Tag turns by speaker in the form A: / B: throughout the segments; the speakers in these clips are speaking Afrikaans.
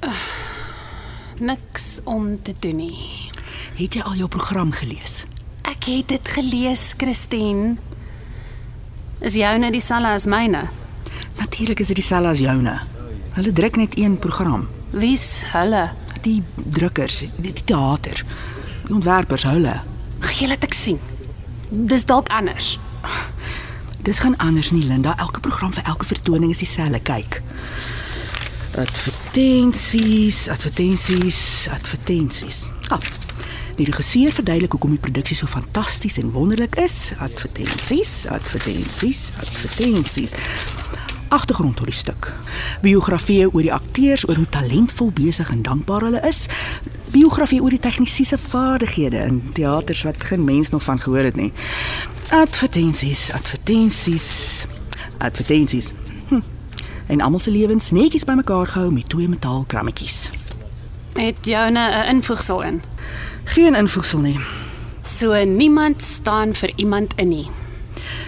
A: niks om te doen nie.
B: Het jy al jou program gelees?
A: Ek het dit gelees, Christine. Is joune dieselfde as myne?
B: Natuurlik is dit dieselfde as joune. Hulle druk net een program.
A: Wie's hulle?
B: Die drukkers, die, die teater, die ontwerpers, hulle.
A: Gee laat ek sien. Dis dalk anders.
B: Dis gaan anders nie, Linda. Elke program vir elke vertoning is dieselfde. Kyk. Advertensies, advertensies, advertensies. Ah. Die regisseur verduidelik hoekom die produksie so fantasties en wonderlik is. Advertensies, advertensies, advertensies. Agtergrond tot die stuk. Biografieë oor die akteurs, oor hoe talentvol besig en dankbaar hulle is. Biografieë oor die tegnisië se vaardighede in teaters wat geen mens nog van gehoor het nie. Advertensies, advertensies, advertensies. Hm. En almal se lewens netjies bymekaar gehou met twee metaalkrammetjies.
A: Het joune 'n invoegsel in?
B: Geen invoegsel nie.
A: So niemand staan vir iemand in nie.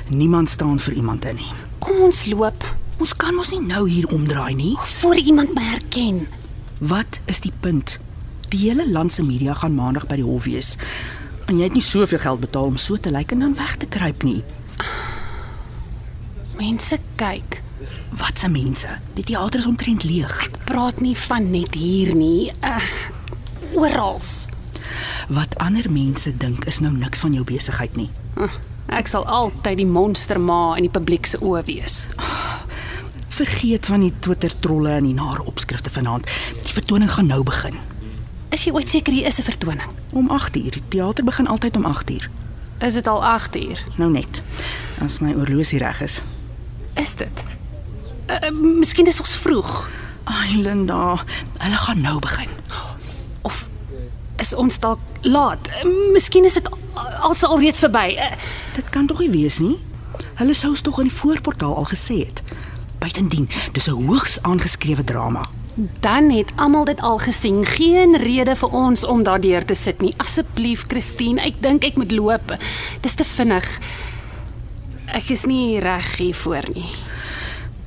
B: Niemand staan vir iemand in nie.
A: Kom ons loop
B: Ons kan mos nie nou hier omdraai nie.
A: voor iemand my herken.
B: Wat is die punt? Die hele land se media gaan maandag by die hof wees. En jy het nie soveel geld betaal om so te lyk en dan weg te kruip nie.
A: Mense kyk.
B: Wat se mense? Die teater is omtrent leeg.
A: Praat nie van net hier nie. Uh, Oral.
B: Wat ander mense dink is nou niks van jou besigheid nie.
A: Uh, ek sal altyd die monsterma in die publiek se oë wees.
B: Vergeet van die Twitter trolle en die nare opskrifte vanaand. Die vertoning gaan nou begin.
A: Is jy ooit seker hier is 'n vertoning?
B: Om 8uur. Die teater begin altyd om 8uur.
A: Is dit al 8 uur?
B: Nou net. As my oorlosie reg is.
A: Is dit? Uh, uh, miskien is ons vroeg
B: Ai Linda, hulle gaan nou begin.
A: of is ons dalk laat. Uh, miskien is dit al- als alreeds verby. Uh,
B: Dit kan tog nie wees nie. Hulle sou ons tog in die voorportaal al gesê het. Buitendien, dis 'n hoogs aangeskrewe drama.
A: dan het almal dit al gesien. Geen rede vir ons om daardeur te sit nie. Asseblief, Christine, ek dink ek moet loop. Dis te vinnig. Ek is nie reg hiervoor nie.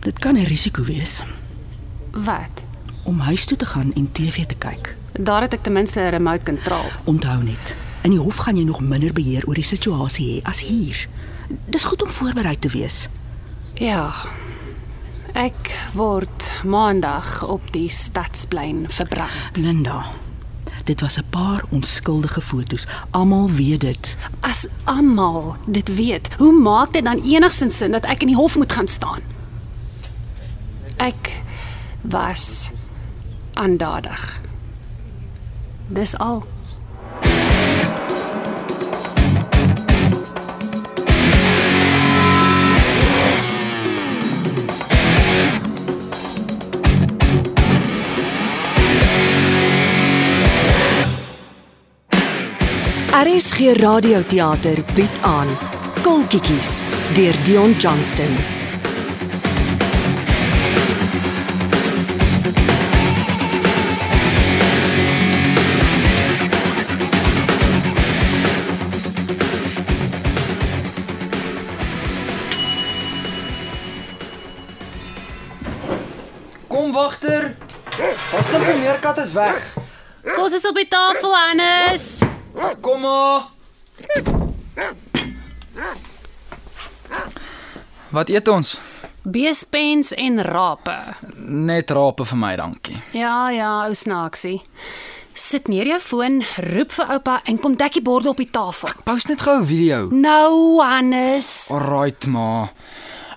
B: Dit kan 'n risiko wees
A: Wat?
B: om huis toe te gaan en TV te kyk.
A: Daar het ek ten minste 'n remote control.
B: Onthou net, in die hof gaan jy nog minder beheer oor die situasie hê as hier. Dis goed om voorberei te wees.
A: Ja. Ek word maandag op die stadsplein verbrand.
B: Linda, dit was 'n paar onskuldige fotos. Almal weet dit.
A: As almal dit weet, hoe maak dit dan enigsins sin dat ek in die hof moet gaan staan? Ek was aandadig. Dis al.
C: RSG Radioteater bied aan Kultjies deur Dion Johnston.
D: Kom wagter. Ons simpel meerkat is weg.
A: Kos is op die tafel, Hannes.
D: Kom maar. Wat eet ons?
A: Beespens en rape.
D: Net rape vir my, dankie.
A: Ja, ja, ou snaaksie. Sit neer jou foon, roep vir oupa en kom dek die borde op die tafel.
D: Post net gou 'n video.
A: Nou, Hannes,
D: Alraight, ma.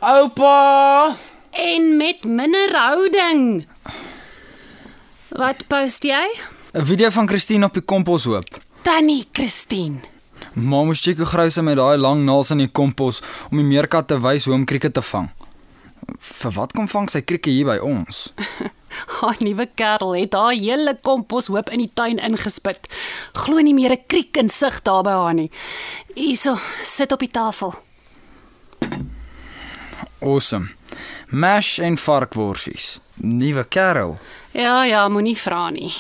D: Oupa!
A: en met minder houding. Wat post jy?
D: 'n Video van Christine op die komposhoop.
A: Tannie Christine.
D: Ma moes check hoe grou sy met daai lang naels in die kompos om die meerkat te wys hoe om krieke te vang. Vir wat kom vang sy krieke hier by ons?
A: Haar nuwe kerel het haar hele komposhoop in die tuin ingespit. Glo nie meer 'n kriek in sig daar by haar nie. Hierso, sit op die tafel.
D: Awesome. Mash en varkworsies. Nuwe kerel.
A: Ja, ja, moenie vra nie.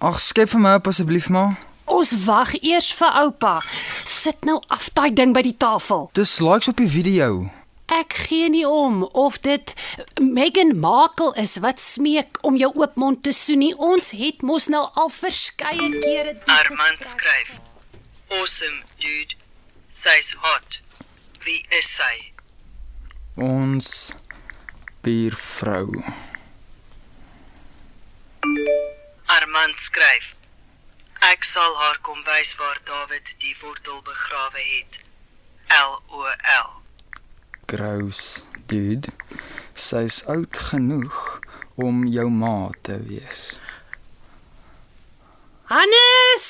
D: Ag, skep vir my op asseblief maar.
A: Ons wag eers vir oupa. Sit nou af daai ding by die tafel.
D: Dis likes op die video.
A: Ek gee nie om of dit Megan Markle is wat smeek om jou oopmond te soen nie. Ons het mos nou al verskeie kere die
E: Armand
A: gesprek.
E: skryf. Awesome dude. Sy's hot. Wie is sy?
D: Ons buurvrou.
E: Armand skryf. Ek sal haar kom wys waar Dawid die wortel begrawe het. L O L.
D: Gross dude. Sy's oud genoeg om jou ma te wees.
A: Hannes,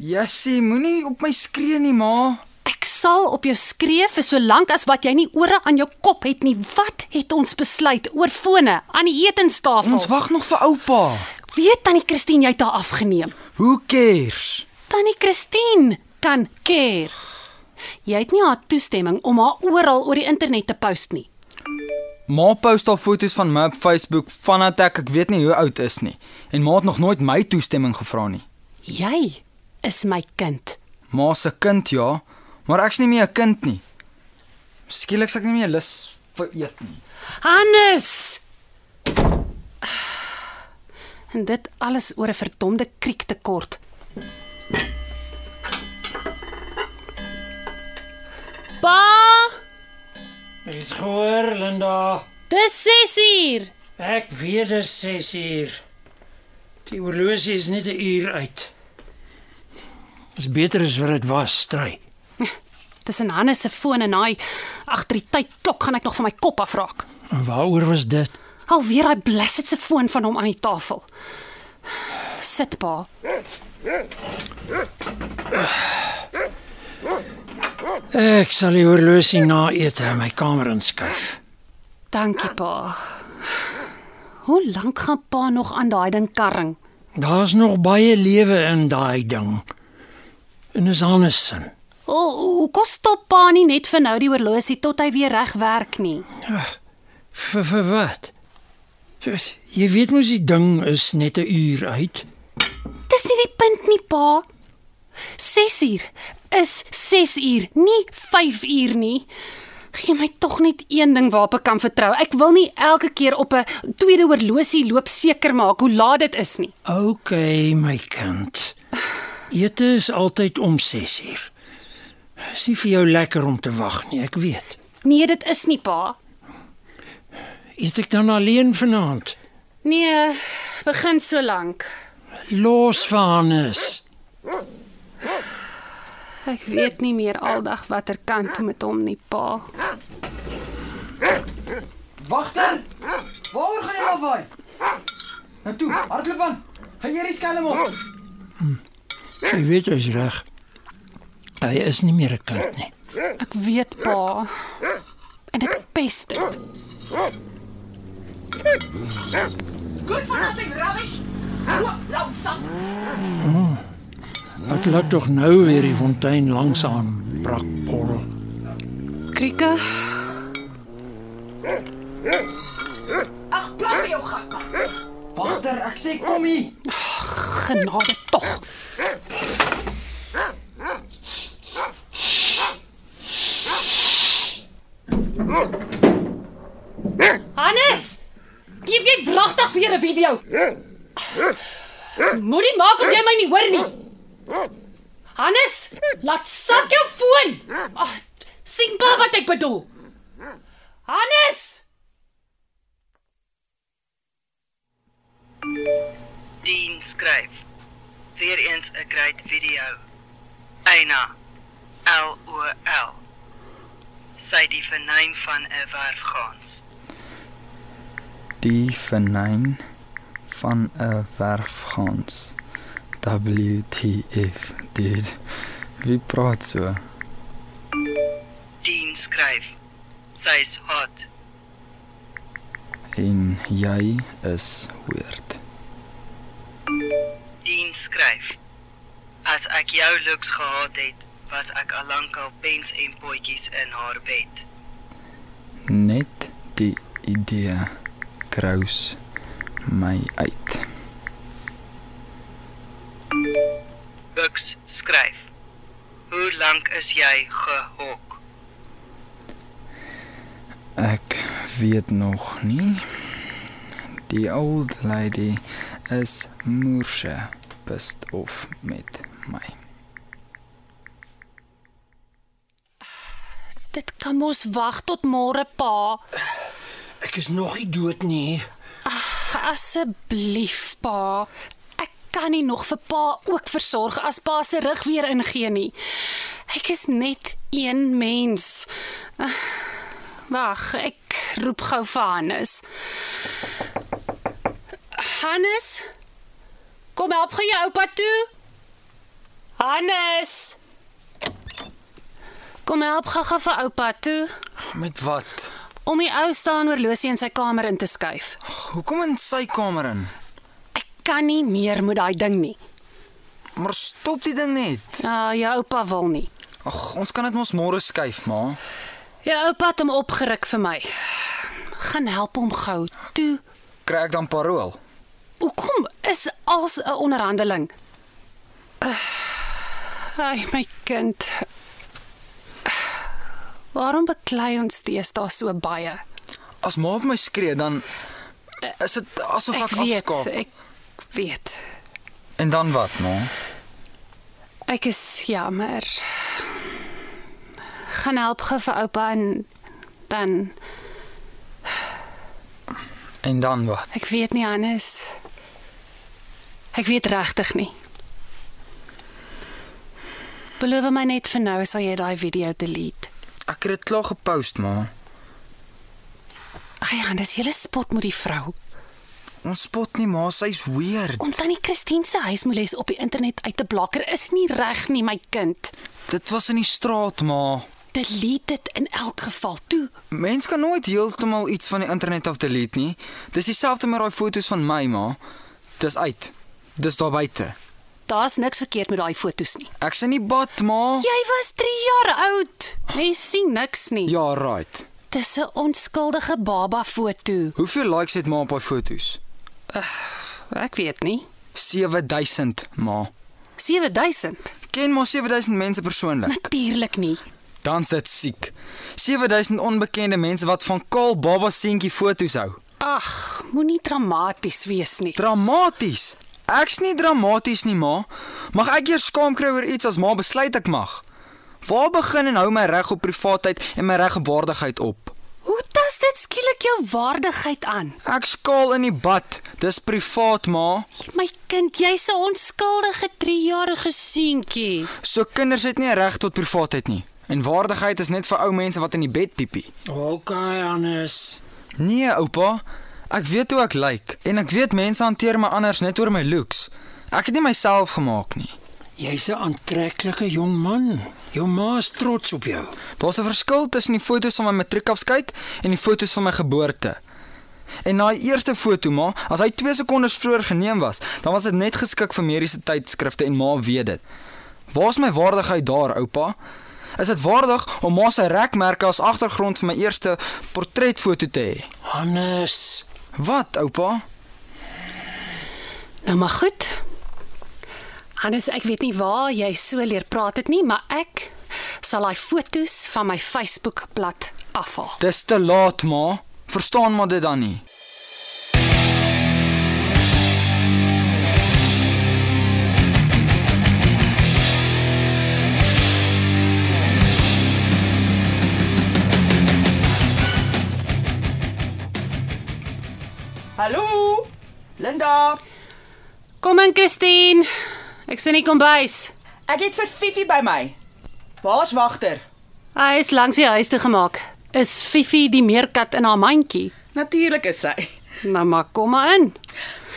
D: Jessie, Ja, moenie op my skree nie, ma.
A: ek sal op jou skree vir solank as wat jy nie ore aan jou kop het nie. Wat het ons besluit oor fone aan die etenstafel?
D: Ons wag nog vir oupa.
A: weet tannie Christine jy het haar afgeneem.
D: Who cares?
A: Tannie Christine kan keer. Jy het nie haar toestemming om haar oral oor die internet te post nie.
D: Ma post al foto's van my op Facebook vandat ek ek weet nie hoe oud is nie en ma het nog nooit my toestemming gevra nie.
A: Jy is my kind.
D: Ma se kind ja, maar ek's nie meer 'n kind nie. Skielik's ek nie meer lus vir eet nie.
A: Hannes. En dit alles oor 'n verdomde kriek tekort. Pa,
F: Dis gehoor, Linda.
A: dis 6 uur.
F: Ek weet dis 6 uur. Die horlosie is net 'n uur uit. Is beter as wat dit was, stry.
A: Tussen Hannes se foon en daai agter die tydklok gaan ek nog van my kop afraak.
F: En waaroor was dit?
A: Alweer daai blessed se foon van hom aan die tafel. Sit pa.
F: Ek sal die horlosie na ete in my kamer inskuif.
A: Dankie pa. Hoe lank gaan pa nog aan daai ding karring?
F: Daar's nog baie lewe in daai ding. En is anders sin.
A: O, hoe kom stop pa nie net vir nou die horlosie tot hy weer reg werk nie?
F: Vir vir wat? Soos, Jy weet mos die ding is net 'n uur uit.
A: Dis nie die punt nie, pa. 6 uur is 6 uur, nie 5 uur nie. Gee my tog net een ding waarop ek kan vertrou. Ek wil nie elke keer op 'n tweede horlosie loop seker maak hoe laat dit is nie.
F: OK, my kind. Ete is altyd om 6 uur. Is nie vir jou lekker om te wag nie, ek weet.
A: Nee, dit is nie, pa.
F: Eet ek dan alleen vanaand?
A: Nee, begin so lank.
F: Los vir Hannes.
A: Ek weet nie meer aldag watter kant toe met hom nie, pa.
D: Wagter! Waar gaan jy afwaai? Nou toe, hardloop aan. Gaan jy die skelm op?
F: Jy weet hy's reg. Hy is nie meer 'n kind nie.
A: Ek weet, pa. En ek pest dit.
F: Wat Hmm. laat tog nou weer die fontein langs aan brak borrel.
A: Krieke,
D: Wagter, ek sê kom hier.
A: genade tog. Hannes, jy jy wragtig weer 'n video. Moenie maak of jy my nie hoor nie. Hannes, laat sak jou foon. Ag, sien pa wat ek bedoel. Hannes!
E: Dean skryf. Weer eens 'n great video. Eina. L O L. Sy die vernyn van 'n werfgaans.
D: Die vernyn van 'n werfgans. WTF, dude. Wie praat so?
E: Dean skryf. Sy's hot.
D: En jy is weird.
E: Dean skryf. As ek jou looks gehad het, was ek al lank al pens en potjies in haar bed.
D: Net die idee kraus my uit.
E: Bucks skryf. Hoe lank is jy gehok?
D: weet nog nie. Die old lady is moerse pissed off met my.
A: Dit kan mos wag tot môre, pa.
F: Ek is nog nie dood nie.
A: Asseblief, pa. Ek kan nie nog vir pa ook versorg as pa se rug weer ingee nie. Ek is net een mens. Ah, Wag, ek roep gou vir Hannes. Hannes? Kom help gou jou oupa toe. Hannes. Kom help gou-gou vir oupa toe
D: Met wat?
A: om die ou staan oorlosie in sy kamer in te skuif.
D: Hoekom in sy kamer in?
A: Ek kan nie meer met daai ding nie.
D: Maar stop die ding net.
A: Ja, jou oupa wil nie.
D: Ag, ons kan dit mos môre skuif, ma.
A: Jou oupa het hom opgeruk vir my. Gaan help hom gou. Toe,
D: Kry ek dan parol?
A: hoekom is als 'n onderhandeling? Uh, ai my kind. Waarom beklei ons teestae so baie?
D: As ma op my skree, dan is dit asof
A: Ek
D: ek,
A: weet,
D: afskaap.
A: ek weet.
D: En dan wat, ma?
A: Ek is jammer. Gaan help gou vir oupa en dan
D: En dan wat?
A: Ek weet nie anders. Ek weet regtig nie. Beloof my net vir nou sal jy daai video delete.
D: Ek het dit klaar gepost, ma.
A: Ag ja, dis hele spot met die vrou.
D: Ons spot nie, Nee, ma, sy's weird.
A: Om tannie Christine se huismoeles op die internet uit te blakker is nie reg nie, my kind.
D: Dit was in die straat, ma.
A: Delete dit in elk geval toe.
D: Mens kan nooit heeltemal iets van die internet af delete nie. Dis dieselfde met daai foto's van my ma. Dis uit. Dis daar buite.
A: Daar's niks verkeerd met daai fotos nie.
D: Ek sien nie bad ma.
A: Jy was 3 jaar oud. Mens sien niks nie.
D: Ja, right.
A: Dis 'n onskuldige baba foto.
D: Hoeveel likes het ma op daai foto's?
A: Ek weet nie.
D: 7000 ma.
A: 7000.
D: Ken maar 7000 mense persoonlik.
A: Natuurlik nie.
D: Dan's dit siek. 7000 onbekende mense wat van kaal baba seentjie foto's hou.
A: Ag, moenie dramaties wees nie.
D: Dramaties. Ek's nie dramaties nie, ma. Mag ek eers skaam kry oor iets as ma besluit ek mag? Waar begin en hou my reg op privaatheid en my reg op waardigheid op?
A: Hoe tas dit skielik jou waardigheid aan?
D: Ek skaal in die bad. Dis privaat, ma.
A: My kind, jy's 'n onskuldige 3-jarige seentjie.
D: So kinders het nie reg tot privaatheid nie. En waardigheid is net vir ou mense wat in die bed piepie.
F: OK, Hannes.
D: Nee, oupa. Ek weet hoe ek lyk en ek weet mense hanteer my anders net oor my looks. Ek het nie myself gemaak nie.
F: Jy's 'n aantreklike jong man. Jou ma is trots op jou.
D: Daar's 'n verskil tussen die foto's van my matriekafskeid en die foto's van my geboorte. En na die eerste foto ma, as hy 2 sekondes vroeër geneem was, dan was dit net geskik vir mediese tydskrifte en ma weet dit. Waar's my waardigheid daar, oupa? Is dit waardig om ma se rekmerke as agtergrond vir my eerste portretfoto te hê?
F: Hannes,
D: Wat, oupa?
A: Nou maar goed. Hannes, ek weet nie waar jy so leer praat dit nie, maar ek sal daai fotos van my Facebookblad afhaal.
D: Dis te laat, ma. Verstaan maar dit dan nie.
B: Hallo? Linda,
A: Kom in, Christine. Ek sien nie kombuis.
B: ek het vir Fifi by my. Waar's wagter?
A: Hy is langs die huis toe gemaak. Is Fifi die meerkat in haar mandjie?
B: Natuurlik is sy.
A: Nou maar kom maar in.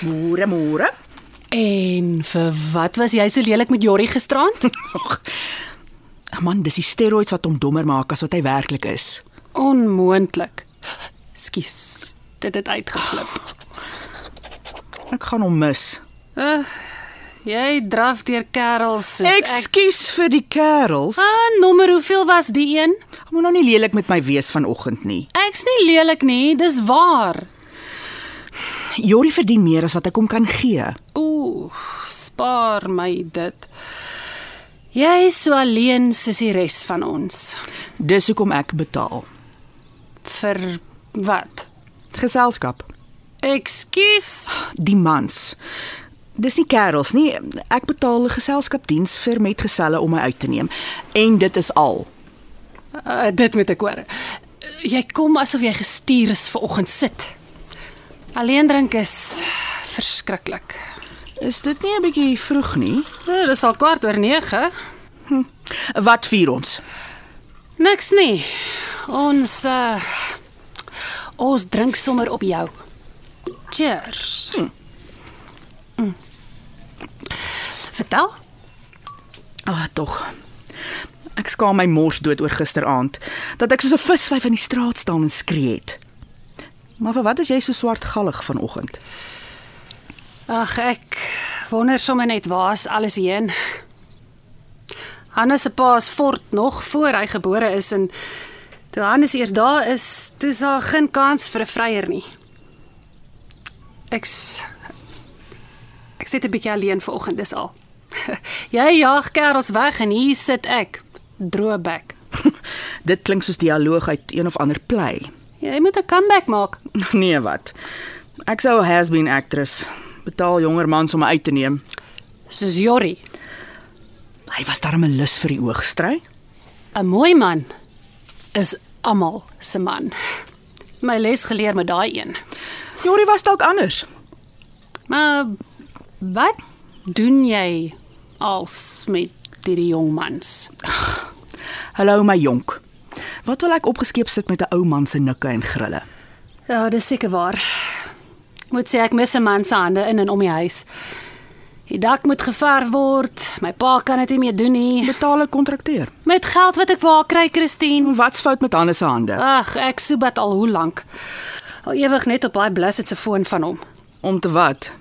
B: Môre, môre.
A: En vir wat was jy so lelik met Jorrie gisterand?
B: Man, dis die steroids wat hom dommer maak as wat hy werklik is.
A: Onmoontlik. Skus. Dit het uitgeflip.
B: Ek gaan hom mis.
A: Jy draf deur kerels soos ek.
B: Ekskuus vir die kerels.
A: Ah, nommer hoeveel was die een?
B: Moet nou nie lelik met my wees vanoggend nie.
A: Ek's nie lelik nie, dis waar.
B: Jorrie verdien meer as wat ek hom kan gee.
A: Ooh, spaar my dit. Jy is so alleen soos die res van ons.
B: Dis hoekom ek betaal.
A: Vir Wat?
B: Geselskap.
A: Ekskuus.
B: Die mans. Dis nie kerels nie. Ek betaal 'n geselskapdiens vir metgeselle om my uit te neem en dit is al.
A: Uh, dit moet ek hoor. Jy kom asof jy gestuur is vir oggend sit. Alleen drink is verskriklik.
B: Is dit nie 'n bietjie vroeg nie?
A: Uh, dis al kwart oor 9.
B: Hm. Wat vier ons?
A: Niks nie. Ons uh, ons drink sommer op jou. Cheers.
B: Hm.
A: Mm. Vertel?
B: Ah, tog. Ek skaam my mors dood oor gisteraand dat ek soos 'n viswyf aan die straat staan en skree het. Maar vir wat is jy so swartgallig vanoggend?
A: Ag ek wonder sommer net waar is alles heen. Hannes se pa is fort nog voor hy gebore is en toe Hannes eers daar is, toe is daar geen kans vir 'n vryer nie. Ek's ek sit 'n bietjie alleen vanoggend dis al. Jy jaag kerels weg en hier sit ek, droëbek.
B: Dit klink soos dialoog uit een of ander play.
A: Jy moet 'n comeback maak.
B: Nee, wat? Ek sou 'n has-been actress betaal jonger mans om my uit te neem.
A: Soos Jorrie,
B: Hy was darem 'n lus vir die oogstry.
A: 'n mooi man is almal se man. My les geleer met daai een.
B: Jorie was dalk anders.
A: Maar wat doen jy als met hierdie jong mans?
B: Hallo my jonk. Wat wil ek opgeskeep sit met 'n ou man se nikke en grille?
A: Ja, dis seker waar. Ek moet sê ek mis 'n man se hande in en om die huis. Die dak moet geverf word. My pa kan dit nie meer doen nie.
B: Betaal 'n kontrakteur.
A: Met geld wat ek vir haar kry, Christine.
B: Wat's fout met Hannes se hande?
A: Ag, ek soebat al hoe lank. Al ewig net op daai blessed se foon van hom. Hm.
B: Om te wat?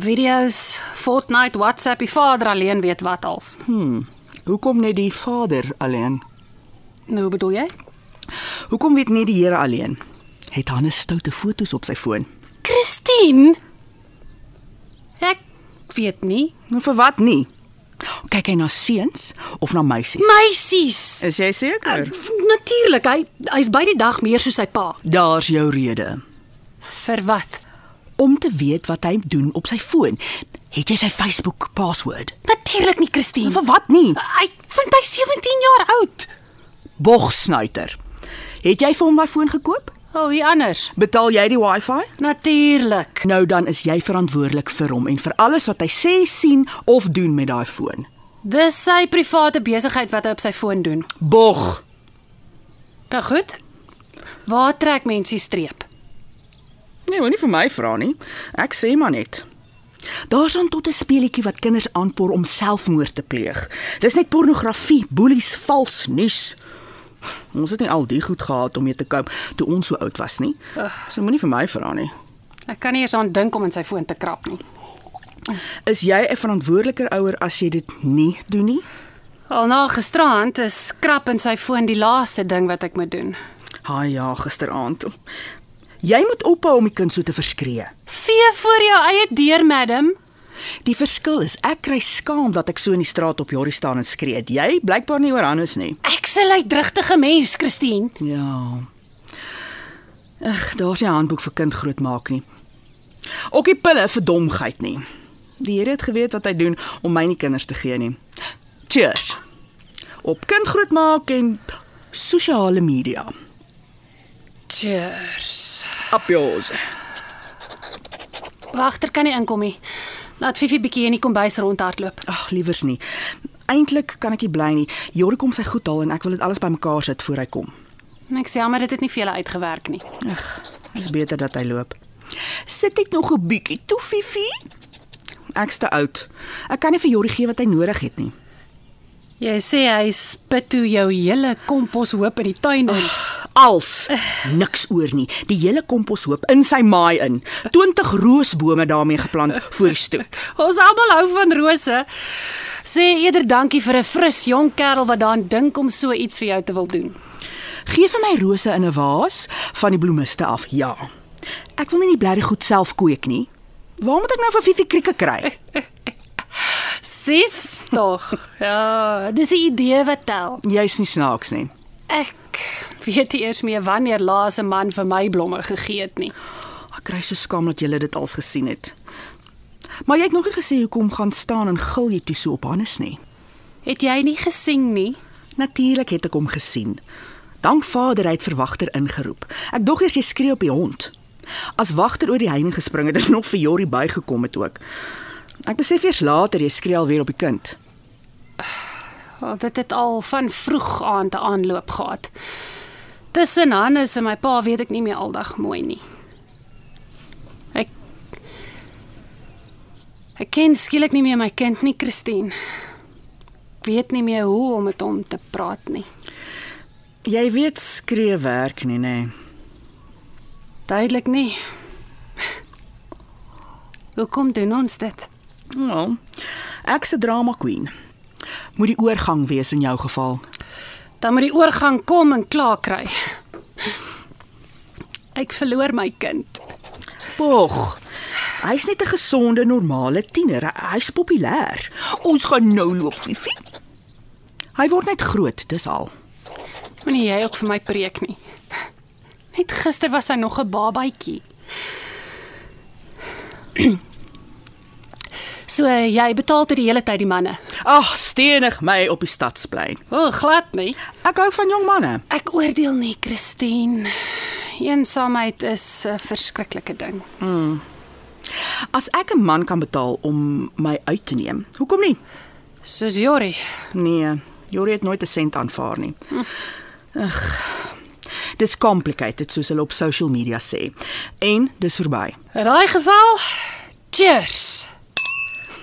A: Video's, Fortnite, WhatsApp, die vader alleen weet wat als.
B: Hmm, Hoekom net die Vader alleen?
A: Nou hoe bedoel jy?
B: Hoekom weet nie die Here alleen? Het Hannes stoute foto's op sy foon.
A: Christine? Ek weet nie.
B: Nou vir wat nie? Kyk hy na seuns of na meisies?
A: Meisies.
B: Is jy seker?
A: Natuurlik, hy hy's by die dag meer soos sy pa.
B: Daar's jou rede.
A: Vir wat?
B: Om te weet wat hy doen op sy foon. Het jy sy Facebook password?
A: Natuurlik nie,
B: Nou,
A: Christine.
B: vir wat nie?
A: Hy vind hy 17 jaar oud.
B: Bogsnuiter. Het jy vir hom daai foon gekoop?
A: O, oh, wie anders?
B: Betaal jy die Wi-Fi?
A: Natuurlik.
B: Nou dan is jy verantwoordelik vir hom en vir alles wat hy sê, sien of doen met daai foon.
A: Dis sy private besigheid wat hy op sy foon doen.
B: Bog.
A: Nou goed. Waar trek mense die streep?
B: Nee, moenie vir my vra nie. Ek sê maar net. Daar's dan tot 'n speletjie wat kinders aanpor om selfmoord te pleeg. Dis net pornografie, boelies, vals nuus. Ons het nie al die goed gehad om mee te koop toe ons so oud was nie. So moenie vir my vra nie.
A: Ek kan nie eens aan dink om in sy foon te krap nie.
B: Is jy 'n verantwoordeliker ouer as jy dit nie doen nie?
A: Al na gisteraand is krap in sy foon die laaste ding wat ek moet doen.
B: Ha ja, gisteraand. Jy moet ophou om die kind so te verskree.
A: Vee voor jou eie deur, madam.
B: Die verskil is ek kry skaam dat ek so in die straat op Jorrie staan en skree. het. Jy blykbaar nie oor Hannes nie.
A: Ek se luidrigtige mens, Christine.
B: Ja. Ag, daar's nie 'n handboek vir kind grootmaak nie. Ook nie pille vir domheid nie. Die Here het geweet wat hy doen om my nie kinders te gee nie. Cheers. Op kind grootmaak en sosiale media.
A: Cheers.
B: Appios.
A: Wagter kan nie inkom nie. Laat Fifi bietjie in die kombuis rondhardloop.
B: Ag, liewers nie. Eintlik kan ek nie bly nie. Jorrie kom sy goed haal en ek wil dit alles bymekaar sit voor hy kom.
A: Ek sê "Ja, maar dit het nie vir julle uitgewerk nie.
B: Ag, is beter dat hy loop. Sit ek nog 'n bietjie toe, Fifi? Ek's te oud. Ek kan nie vir Jorrie gee wat hy nodig het nie.
A: Jy sê hy spit toe jou hele komposhoop in die tuin in.
B: Als niks oor nie. Die hele komposhoop in sy maai in. 20 roosbome daarmee geplant voor die stoep.
A: Ons almal hou van rose. Sê eerder dankie vir 'n fris jong kerel wat daaraan dink om so iets vir jou te wil doen.
B: Gee vir my rose in 'n vaas van die bloemiste af. Ja. Ek wil nie die blerrie goed self kweek nie. Waar moet ek nou vir Fifi krieke kry?
A: Sis tog. Ja, dis 'n idee wat tel.
B: Jy's nie snaaks nie.
A: Ek Ek weet nie eers meer wanneer laas 'n man vir my blomme gegee het nie.
B: Ek kry so skaam dat julle dit als gesien het. Maar jy het nog nie gesê hoekom gaan staan en gil jy toe so op Hannes nie.
A: Het jy nie gesien nie?
B: Natuurlik het ek hom gesien. Dank Vader, hy het vir wagter ingeroep. Ek dog eers jy skree op die hond. As wagter oor die heining gespring het, het nog vir Jorrie bygekom het ook. Ek besef eers later jy skree alweer op die kind.
A: Want Oh, dit het al van vroeg aan te aanloop gehad. Tussen Hannes en my pa weet ek nie meer aldag mooi nie. Ek Ek ken skielik nie meer my kind nie, Christine. Ek weet nie meer hoe om met hom te praat nie.
B: Jy weet skree werk nie, nê. Nee.
A: Duidelik nie. Hoekom doen ons dit?
B: Nou, ek's 'n drama queen. Moet die oorgang wees in jou geval.
A: Dan moet die oorgang kom en klaar kry. Ek verloor my kind.
B: Pog. Hy's net 'n gesonde, normale tiener. Hy- Hy's populêr. Ons gaan nou loop, Fifi. Hy word net groot, dis al.
A: Moenie jy ook vir my preek nie. Net gister was hy nog 'n babatjie. So jy betaal tot die hele tyd die manne.
B: Ag, stenig my op die stadsplein.
A: O, oh, glad nie.
B: Ek hou van jong manne.
A: Ek oordeel nie, Christine. Eensaamheid is 'n verskriklike ding.
B: Hmm. As ek 'n man kan betaal om my uit te neem, hoekom nie?
A: Soos Jorrie.
B: Nee, Jori het nooit 'n sent aanvaar nie. Ag. Dis complicated soos hulle op social media sê. En dis verby.
A: In daai geval, cheers.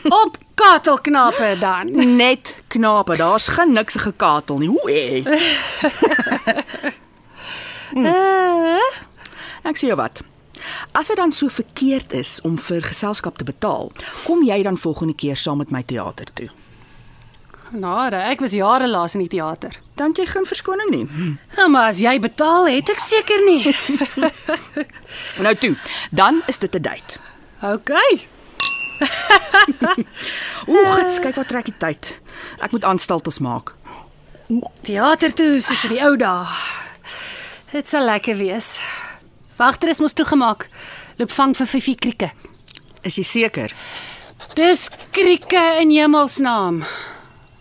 A: Op katelknappe dan.
B: Net knape, daar's geen niks gekatel nie. Hoe hè.
A: Uh,
B: Hm. Ek sê jou wat. As dit dan so verkeerd is om vir geselskap te betaal, kom jy dan volgende keer saam met my teater toe.
A: genade, ek was jare laas in die teater.
B: Dan het jy geen verskoning nie.
A: Ja, maar as jy betaal, het ek seker nie.
B: Nou toe, dan is dit 'n date.
A: OK.
B: Ooh, gits, kyk wat trek die tyd. Ek moet aanstaltes maak.
A: Teater toe soos in die ou dae. Dit sal lekker wees. Wagter is mos toegemaak. Loop vang vir Fifi krieke.
B: Is jy seker?
A: Dis krieke in hemelsnaam.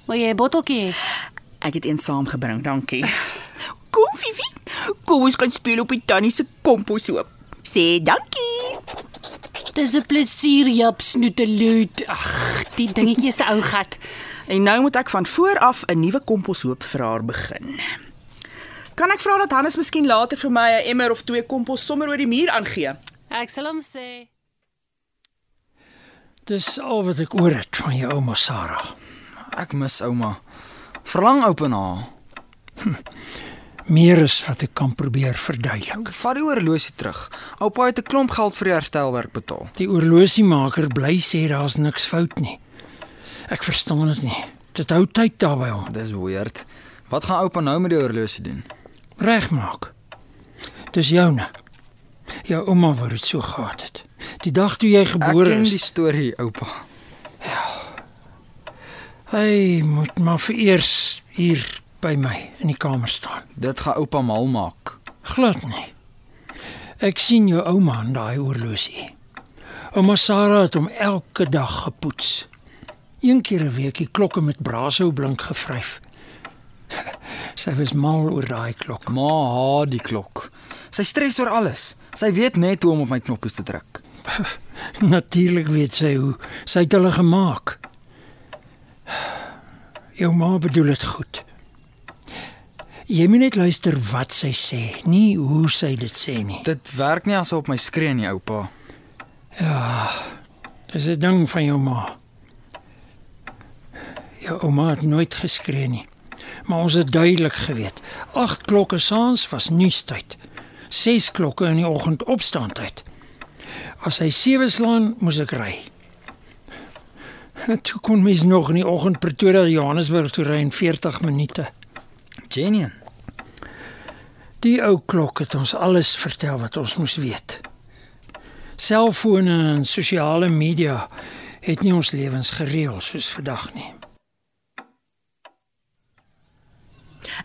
A: Wil jy 'n botteltjie hê?
B: Ek het een saamgebring, dankie. Kom Fifi, kom ons gaan speel op die tannie se kompos oop. Sê dankie.
A: Dis 'n plesier, Jap snoeteloot. Ag, die dingetjie is te ou gat.
B: En nou moet ek van voor af 'n nuwe komposhoop vir haar begin. Kan ek vra dat Hannes miskien later vir my 'n emmer of twee kompos sommer oor die muur aangee?
A: Ek sal hom sê.
F: Dis al wat ek oor het van jou ouma Sarah.
D: Ek mis ouma. Verlang open haar.
F: Hm. Meer is wat ek kan probeer verduidelik.
D: Vat die horlosie terug. Oupa het 'n klomp geld vir die herstelwerk betaal.
F: Die oorlosiemaker bly sê daar's niks fout nie. Ek verstaan dit nie. Dit hou tyd daar by hom.
D: Dis weird. Wat gaan oupa nou met die horlosie doen?
F: Regmaak. Dis joune. Jou ouma wou dit so gehad het. Die dag toe jy
D: Ek
F: gebore
D: ken die
F: is,
D: storie, oupa.
F: hy moet maar vereers hier by my in die kamer staan.
D: Dit gaan oupa mal maak.
F: Glad nie. Ek sien jou ouma in daai oorlosie. Ouma Sarah het hom elke dag gepoets. Een keer 'n week die klokke met brasou blink gevryf. Sy was mal oor daai klok.
D: Ma haat die klok. Sy stres oor alles. Sy weet net hoe om op my knoppies te druk.
F: Natuurlik weet sy hoe. Sy het hulle gemaak. Jou ma bedoel dit goed. Jy moet net luister wat sy sê, nie hoe sy dit sê nie.
D: Dit werk nie as hy op my skree nie, oupa.
F: Ja, Dis 'n ding van jou ma. Jou ouma het nooit geskree nie. Maar ons het duidelik geweet. 8 klokke saans was nuustyd. 6 klokke in die oggend opstaantyd. As hy 7 slaan, moes ek ry. Toe kon mens nog in die oggend Pretoria Johannesburg toe ry in 40 minute.
D: Genian.
F: Die ou klok het ons alles vertel wat ons moes weet. Selfone en sosiale media het nie ons lewens gereël soos vandag nie.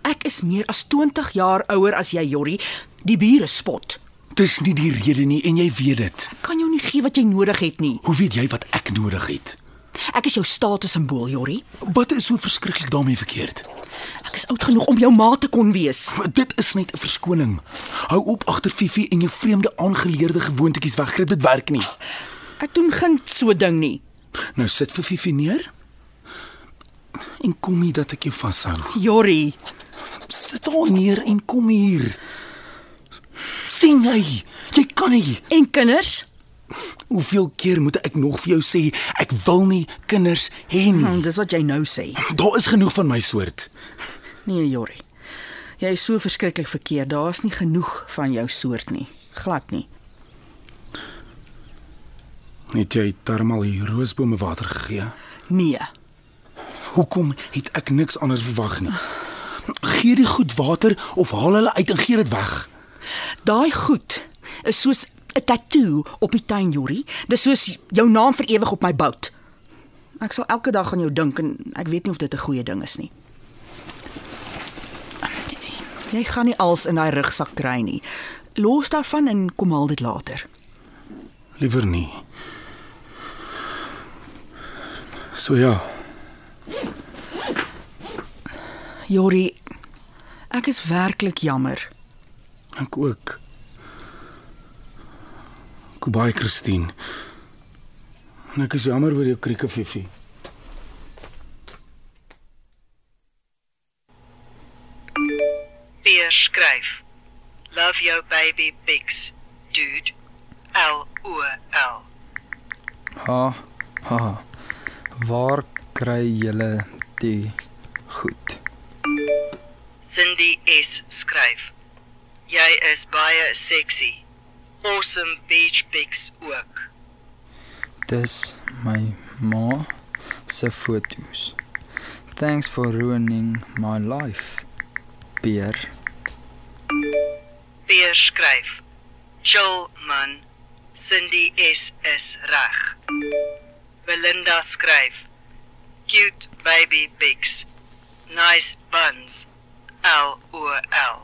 B: Ek is meer as 20 jaar ouer as jy, Jorrie. Die bure spot.
G: Dis nie die rede nie en jy weet dit.
B: Ek kan jou nie gee wat jy nodig het nie.
G: Hoe weet jy wat ek nodig het?
B: Ek is jou statussimbool, Jorrie.
G: Wat is so verskriklik daarmee verkeerd?
B: Ek is oud genoeg om jou ma te kon wees.
G: Maar dit is net 'n verskoning. Hou op agter Fifi en jou vreemde aangeleerde gewoontetjies weggryp. Dit werk nie.
B: Ek doen geen so ding nie.
G: Nou sit vir Fifi neer. En kom hier dat ek jou vashou.
B: Jorrie,
G: Sit haar neer en kom hier. sien jy? Jy kan nie.
B: en kinders?
G: Hoeveel keer moet ek nog vir jou sê ek wil nie kinders hê nie.
B: Hmm, dis wat jy nou sê.
G: Daar is genoeg van my soort.
B: Nee, Jorrie. Jy is so verskriklik verkeerd. Daar's nie genoeg van jou soort nie. Glad nie.
G: Het jy termal hier roosbome water gegee?
B: Nee.
G: Hoekom het ek niks anders verwag nie? Gee die goed water of haal hulle uit en gee dit weg.
B: Daai goed is soos 'n tatoe op die tuin, Jorrie. Dis soos jou naam vir ewig op my bout. Ek sal elke dag aan jou dink en ek weet nie of dit 'n goeie ding is nie. Jy gaan nie als in daai rugsak kry nie. Los daarvan en kom haal dit later.
G: Liewer nie. So ja,
B: Jorrie, ek is werklik jammer.
G: ek ook. Goodbye Christine. En ek is jammer oor jou krieke Fifi.
E: Peer skryf. Love your baby pics, dude. L O L.
D: Ha. Ha. Waar kry julle die goed?
E: Cindy S skryf. Jy is baie sexy. Awesome beach pics ook.
D: Dis my ma se foto's. Thanks for ruining my life. Peer.
E: Peer skryf. Chill man. Cindy S is reg. Belinda skryf. Cute baby pics. Nice buns. L O L.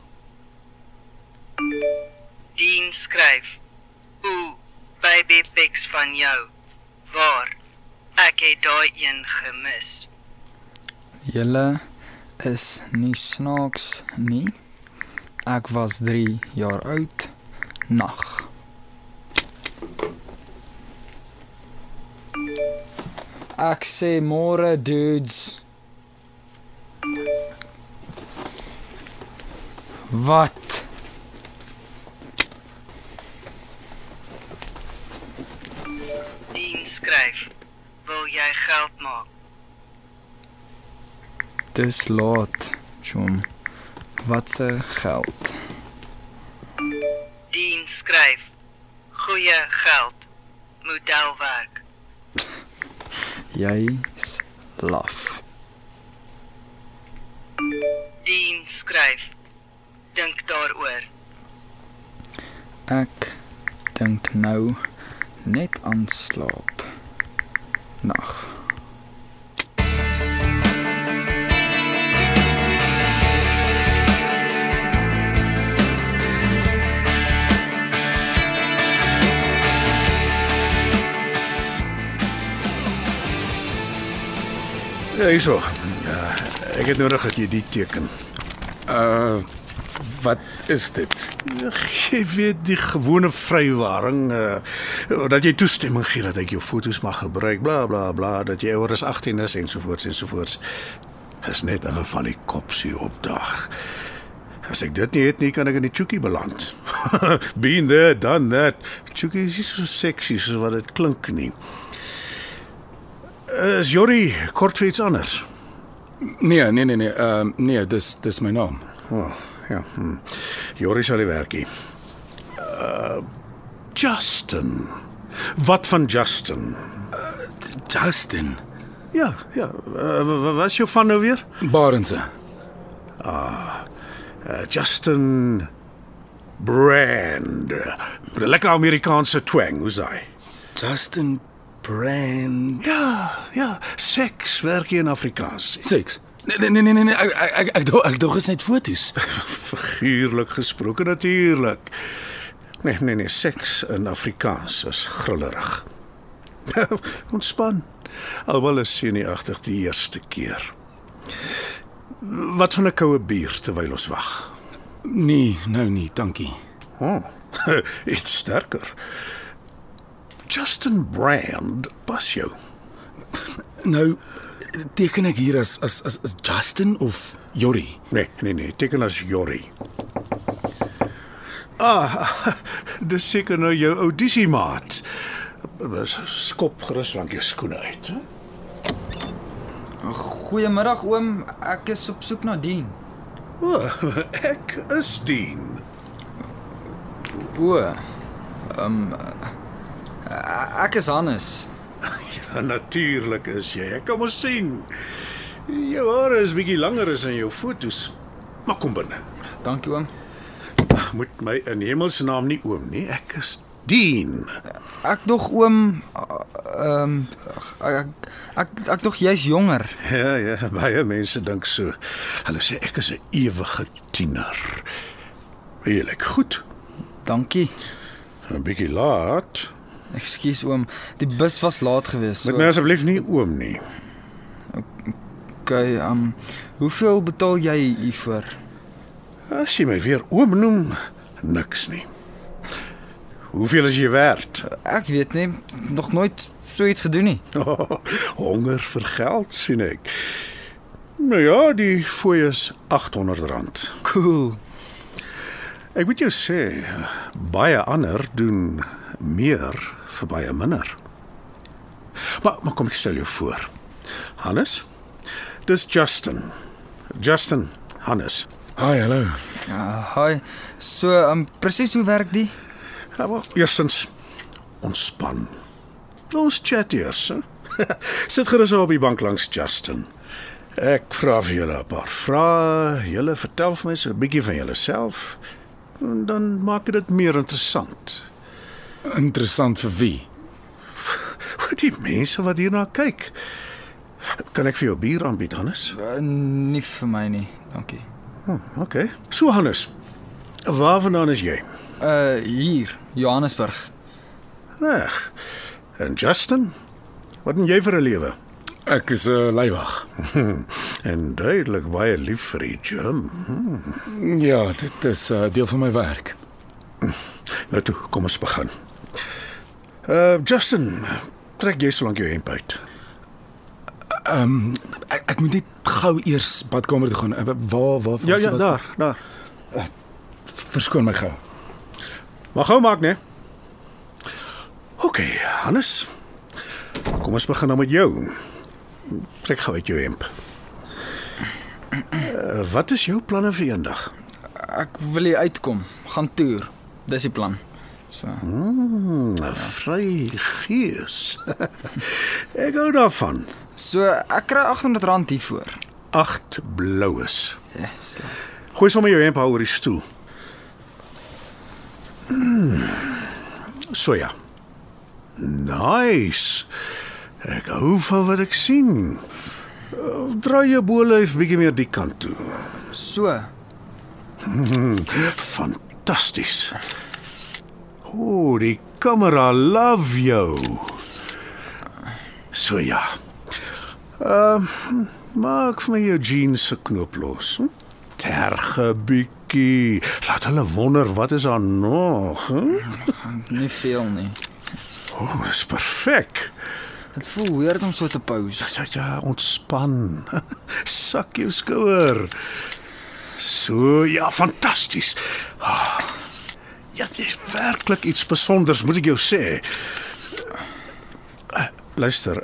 E: Dean skryf. Ooh, baby pics van jou. Waar? Ek het daai een gemis.
D: Julle is nie snaaks nie. Ek was 3 jaar oud. Nag. Ek sê môre dudes. Wat?
E: Dean skryf. Wil jy geld maak?
D: Dis laat, chom. Wat se geld?
E: Dean skryf. Goeie geld. Modelwerk.
D: Jy's laf.
E: Dean skryf. Dink daaroor.
D: Ek dink nou net aan slaap. Nag.
H: Ja, hierso. Ja, ek het nodig dat jy die teken.
G: Uh wat is dit?
H: Jy weet die gewone vrywaring uh, dat jy toestemming gee dat ek jou foto's mag gebruik, bla bla bla, dat jy ouer as 18 is ensovoorts ensovoorts. Is net 'n geval die kopsie opdag. As ek dit nie het nie, kan ek in die chookie beland. Been there, done that. Chookie is nie so sexy soos wat dit klink nie. Is Jori kort vir iets anders?
G: Nee, nee nee nee, ehm uh, nee, dis dis my naam.
H: Oh, ja. Hm. Joris sal die werkie. Uh, Justin. Wat van Justin?
G: Eh, Justin
H: Ja, ja. Uh, wat is jou van nou weer?
G: Barendse.
H: Uh, Justin Brand. Lekker Amerikaanse twang, hoe's daai?
G: Justin Brand
H: Ja, ja, seks werk hier in Afrikaans.
G: Six. Nee nee nee nee, nee ek ek ek, ek dog ek dog is net fotos.
H: Figuurlik gesproke natuurlik. Nee, nee, nee, seks in Afrikaans is grillerig. Ontspan. Almal is senuagtig die eerste keer. Wat van 'n koue bier terwyl ons wag?
G: Nee, nou nie, dankie.
H: Oh, iets sterker. Justin Brand pas jou.
G: Nou teken ek hier as as as, as Justin of Jorrie.
H: Nee, nee, nee, teken as Jorrie. Ah, dis seker nou jou audisiemaat. Skop gerus lank jou skoene uit. hè?
D: Goeiemiddag oom, ek is op soek na Dien.
H: O, oh, ek is Dien.
D: O. Ehm um, ek is Hannes.
H: Ja, natuurlik is jy. Ek kan mos sien. Jou hare is bietjie langer as in jou fotos. Maar kom binne.
D: Dankie oom.
H: Moet my in hemelsnaam nie oom nie. Ek is Dien.
D: Ek dog oom ehm ek ek ek dog jy's jonger.
H: Ja, ja, baie mense dink so. Hulle sê ek is 'n ewige tiener. Maar Jy lyk goed.
D: Dankie.
H: 'n Bietjie laat.
D: Ekskuus oom, die bus was laat geweest.
H: Met my asseblief nie oom nie.
D: okay, ehm um, hoeveel betaal jy hiervoor?
H: As jy my weer oom noem, niks nie. Hoeveel is jy werd?
D: Ek weet nie, nog nooit so iets gedoen nie.
H: Oh, honger vir geld sien ek. Nou ja, die fooi is R800.
D: Cool.
H: Ek moet jou sê, baie ander doen meer vir baie minder. Maar maar kom ek stel jou voor. Hannes? Dis Justin. Justin Hannes.
G: Hi, hallo.
D: Uh, hi. So, ehm um, presies hoe werk die?
H: Ja, wel, eerstens ontspan. Ons chat eers. hè. Sit gerus op die bank langs Justin. Ek vra vir julle 'n paar vrae. Julle vertel vir my so 'n bietjie van julleself en dan maak dit dit meer interessant
G: Interessant vir wie?
H: vir die mense wat hierna kyk. Kan ek vir jou bier aanbied, Hannes? Hm,
D: Uh, nie vir my nie, dankie.
H: OK. So Hannes, waarvandaan is jy?
D: Uh hier, Johannesburg.
H: Reg. En Justin? Wat doen jy vir 'n lewe?
G: Ek is 'n uh, leiwag.
H: En duidelik baie lief vir die gym.
G: Ja, dit is 'n uh, deel van my werk.
H: Nou toe, kom ons begin. Uh Justin, trek jy so lank jou hemp uit.
G: ehm, Ek, ek moet net gou eers badkamer toe gaan. Eh, Waar waar
H: Ja
G: is die
H: ja,
G: bad-
H: daar, daar.
G: Verskoon my gou.
H: Maar gou maak, né? OK, Hannes. Kom ons begin dan met jou. Trek gou uit jou hemp. Uh, wat is jou planne vir eendag?
D: Ek wil hier uitkom, gaan toer. Dis die plan. So.
H: 'n hmm, Vrye gees. Ek hou daarvan.
D: So ek kry R800 hiervoor.
H: Agt bloues.
D: Yes.
H: Gooi sommer jou hemp oor die stoel. Mm, Hmm. so ja. Nice. Ek hou van wat ek sien. Eh, Draai jou boellyf bietjie meer die kant toe. Hmm,
D: So,
H: Fantasties. O, oh, die kamera love jou. So ja. Ehm uh, maak vir my jou jeans se knoop los. Hm? Terge bietjie. Laat hulle wonder wat is daar nog. Hm?
D: nie veel nie.
H: O, oh, dis perfek.
D: Dit voel weird om so te pause.
H: Ja ja, ontspan. Sak jou skouer. So ja, fantasties. Ah, Ja, dit is werklik iets spesiaals, moet ek jou sê. Eh, Luister,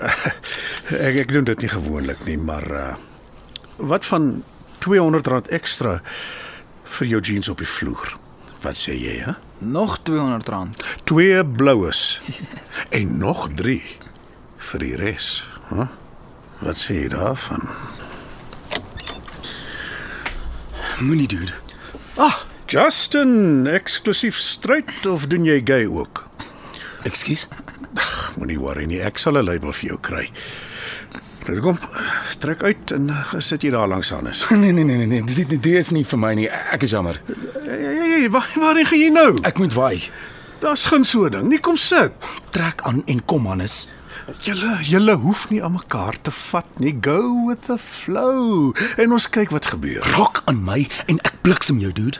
H: ek ek doen dit nie gewoonlik nie, maar uh, wat van R200 ekstra vir jou jeans op die vloer? Wat sê jy, hè?
D: Nog R200.
H: Twee bloues. En nog 3 vir die res. Huh? Wat sê jy daarvan?
G: Moenie duur.
H: Ah, Justin, eksklusief stryd of doen jy gay ook?
G: Ekskuus.
H: Moenie worry nie, ek sal 'n label vir jou kry. Dit kom trek uit en eh, sit jy daar langs Hannes.
G: Nee nee nee nee, nee. Dit dit dit is nie vir my nie. Ek is jammer.
H: Hey, hey, hey, waar waarheen gaan jy nou?
G: Ek moet waai.
H: Daar's geen so ding. Nie kom sit.
G: Trek aan en kom Hannes.
H: Julle julle hoef nie aan mekaar te vat nie. Go with the flow. En ons kyk wat gebeur.
G: Rok aan my en ek bliksem jou, dude.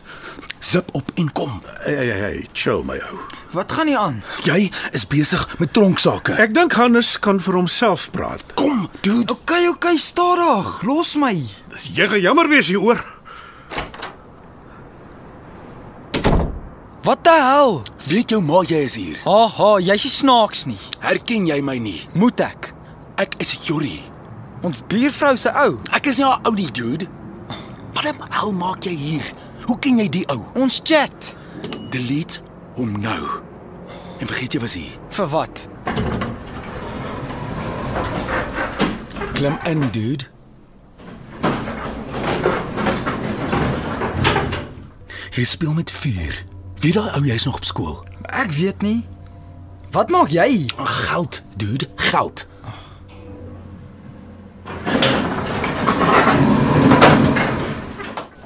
G: Zip op en kom.
H: Hey, hey, hey, chill my ou.
D: Wat gaan nie aan?
G: Jy is besig met tronksake.
H: Ek dink Hannes kan vir homself praat.
G: kom, dude.
D: Okay, okay, stadig. Los my.
H: Jy gaan jammer wees hieroor.
D: Wat die hel?
G: Weet jou ma jy is hier.
D: Haha, jy's nie snaaks nie.
G: Herken jy my nie?
D: Moet ek?
G: Ek is Jorrie.
D: Ons buurvrou se ou.
G: Ek is nie 'n ou nie, dude. Wat die hel maak jy hier? Hoe ken jy die ou?
D: Ons chat.
G: Delete hom nou. En vergeet jy was hy.
D: Vir wat?
G: Klim in, dude. Jy speel met vuur. Wie daai ou jy's nog op skool?
D: Ek weet nie. Wat maak jy?
G: Geld, dude, geld.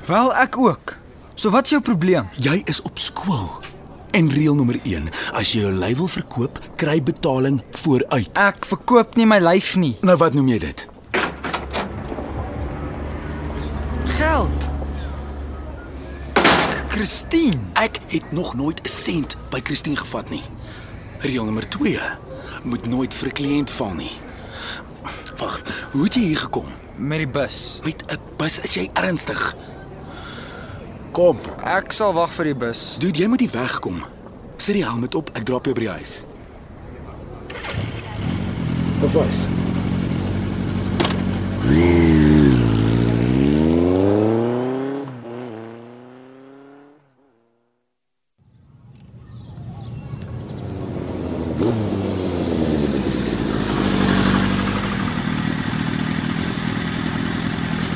D: Wel, ek ook. So wat's jou probleem?
G: Jy is op skool. En reël nommer 1, as jy jou lyf wil verkoop, kry betaling vooruit.
D: Ek verkoop nie my lyf nie.
G: Nou wat noem jy dit?
D: Geld. Christine,
G: Ek het nog nooit 'n sent by Christine gevat nie. Reël nommer 2, moet nooit vir 'n kliënt val nie. Wag, hoe het jy hier gekom?
D: met die bus.
G: Met 'n bus is jy ernstig. Kom,
D: Ek sal wag vir die bus.
G: dude, jy moet hier wegkom. Sit die helm op, ek drop jou by die huis. Wat was?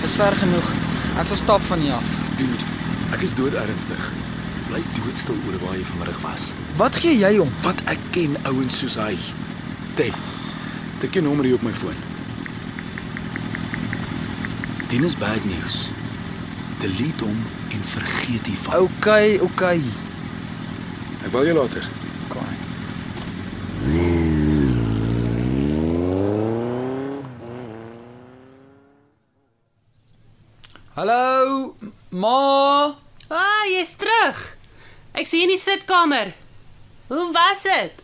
D: Dis ver genoeg. Ek sal stap van hier af.
G: Dude, ek is dood ernstig. Bly doodstil oor waar jy vanmiddag was.
D: Wat gee jy om?
G: Want ek ken ouens soos hy. Dit. Dit ken nommer hier op my foon. Dit is bad news. Delete hom en vergeet hiervan.
D: Okay, okay.
G: ek bel jou later.
D: Kom. Hallo, ma.
A: O, oh, jy's terug. Ek sien in die sitkamer. Hoe was dit?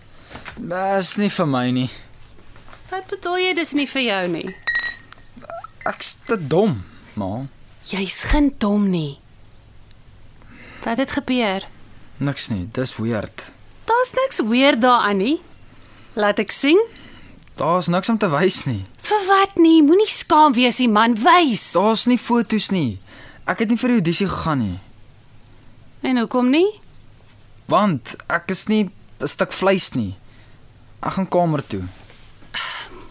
D: Dis nie vir my nie.
A: Wat bedoel jy dis nie vir jou nie?
D: Ek's te dom, ma.
A: Jy's geen dom nie. Wat het gebeur?
D: Niks nie, dis weird.
A: Daar's niks weer daaraan nie. Laat ek sien.
D: Daar's niks om te wys nie.
A: Vir wat nie? Moenie skaam wees, die man wys.
D: Daar's nie fotos nie. Ek het nie vir die audisie gegaan nie,
A: En hoekom nie?
D: want ek is nie 'n stuk vleis nie. Ek gaan kamer toe.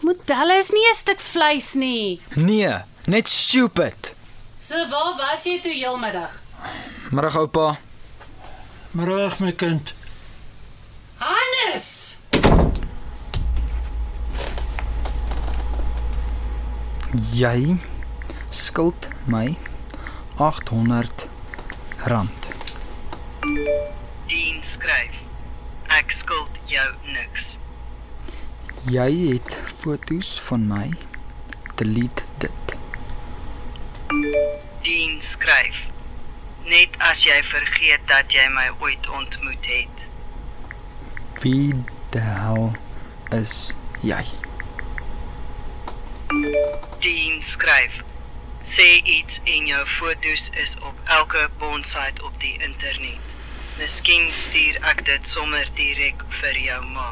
A: Modelle is nie 'n stuk vleis nie.
D: Nee, net stupid.
A: So waar was jy toe heelmiddag?
D: Middag oupa.
F: Middag my kind.
A: Hannes!
D: Jy skuld my 800 rand.
E: Dean skryf: Ek skuld jou niks.
D: Jy het fotos van my. Delete dit.
E: Dean skryf: Net as jy vergeet dat jy my ooit ontmoet het.
D: Wie die hel is jy?
E: Dean skryf: Sê iets en jou foto's is op elke bondsite op die internet. Miskien stuur ek dit sommer direk vir jou ma.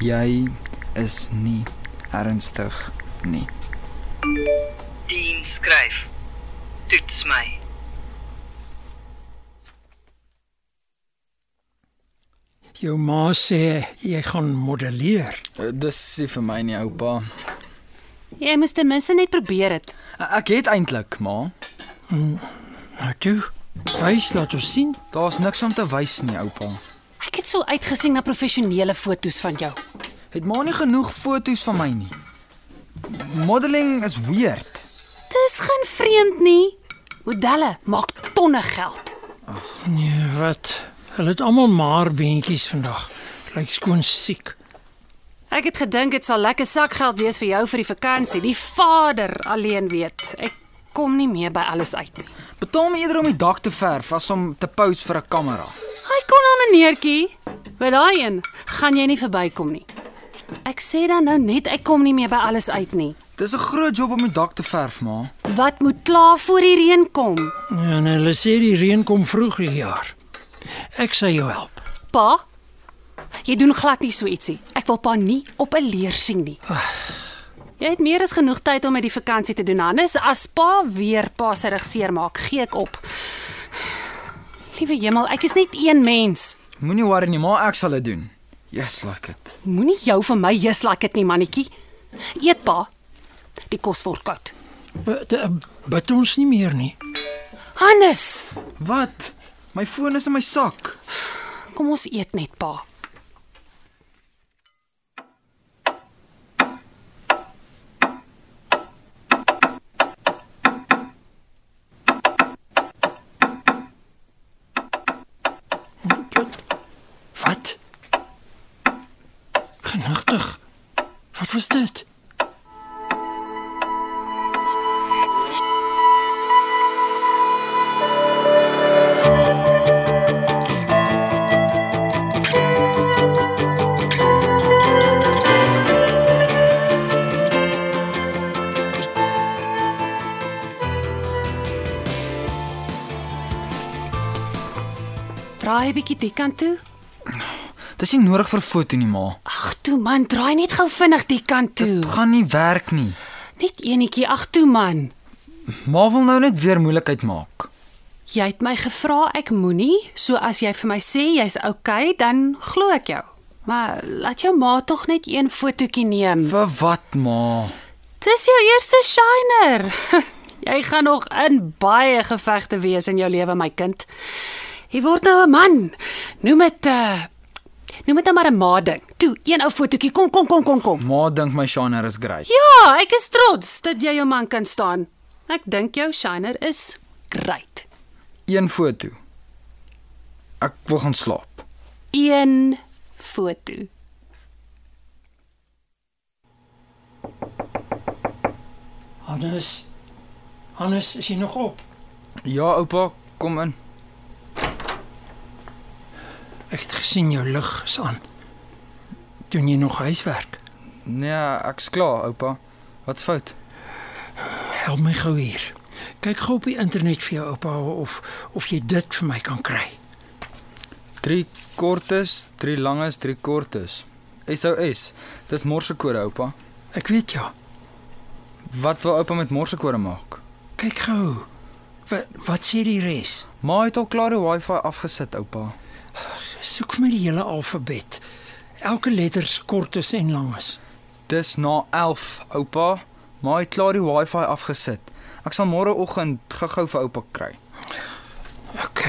D: Jy is nie ernstig nie.
E: Dean skryf: Toets my.
F: Jou ma sê jy gaan modelleer.
D: Eh, Dis nie vir my nie, oupa.
A: Jy moes ten minste net probeer het.
D: Eh, Ek het eintlik, ma.
F: Nou toe, wys laat ons sien.
D: Daar's niks om te wys nie, oupa.
A: Ek het so uitgesien na professionele foto's van jou.
D: Het ma nie genoeg fotos van my nie. Modeling is weird.
A: Dis geen vreemd nie. Modelle maak tonne geld.
F: Nee, wat? Hulle het almal maar beentjies vandag. Lyk skoon siek.
A: Ek het gedink dit sal lekker sakgeld wees vir jou vir die vakansie. Die vader alleen weet. Ek kom nie meer by alles uit nie.
D: Betaal my eerder om die dak te verf as om te pose vir 'n kamera.
A: Hy kon aan meneertjie. By daai een gaan jy nie verbykom nie. Ek sê dan nou net ek kom nie meer by alles uit nie.
D: Dis 'n groot job om die dak te verf, ma.
A: Wat moet klaar voor die reën kom?
F: Nee, En hulle sê die reën kom vroeg hierdie jaar. Ek sal jou help.
A: Pa? Jy doen glad nie so ietsie. Ek wil pa nie op 'n leer sien nie. Jy het meer as genoeg tyd om met die vakansie te doen, Hannes. As pa weer pa se rug seermaak, gee ek op. Liewe hemel, ek is net een mens.
D: Moenie worry nie, ma, ek sal dit doen. Yes, like it.
A: Moenie jou vir my jis laat dit nie, mannetjie. Eet pa. Die kos word koud.
F: Wat, eh, Bid ons nie meer nie.
A: Hannes,
D: Wat? My foon is in my sak.
A: kom ons eet net pa.
F: Wat? Genigtig. Wat was dit?
A: Draai 'n bietjie die kant toe.
D: Dis nie nodig vir 'n foto nie, ma.
A: Ag toe man, draai net gou vinnig die kant toe.
D: Dit gaan nie werk nie.
A: Net enetjie ag toe man.
D: Ma wil nou net weer moeilikheid maak.
A: Jy het my gevra ek moenie, so as jy vir my sê jy's okay, dan glo ek jou. Maar laat jou ma tog net een fotootjie neem.
D: Vir wat, ma?
A: Dis jou eerste shiner. jy gaan nog in baie gevegte wees in jou lewe, my kind. Jy word nou 'n man. Noem dit 'n uh, Noem dit nou maar 'n ma ding. Toe, een ou fotootjie. Kom, kom, kom, kom, kom.
D: Ma dink my Shana is great.
A: Ja, ek is trots dat jy jou man kan staan. Ek dink jou shiner is great.
D: Een foto. Ek wil gaan slaap.
A: een foto.
F: Hannes. Hannes, is jy nog op?
D: Ja, oupa, kom in.
F: Ek het gesien jou lig is aan. Doen jy nog huiswerk?
D: Nee, ek's klaar, oupa. Wat's fout?
F: Help my gou hier. Kyk gou op die internet vir jou oupa of of jy dit vir my kan kry.
D: 3 kortes, 3 langes, 3 kortes. SOS. Dis morsekode, oupa.
F: Ek weet ja.
D: Wat wil oupa met morsekode maak?
F: Kyk gou. Wat wat sê die res?
D: Ma het al klaar die wifi afgesit, oupa.
F: Soek vir my die hele alfabet. Elke letter se kortes en langes.
D: Dis na 11, oupa. Ma het klaar die wifi afgesit. Ek sal môreoggend gou-gou vir oupa kry.
F: OK.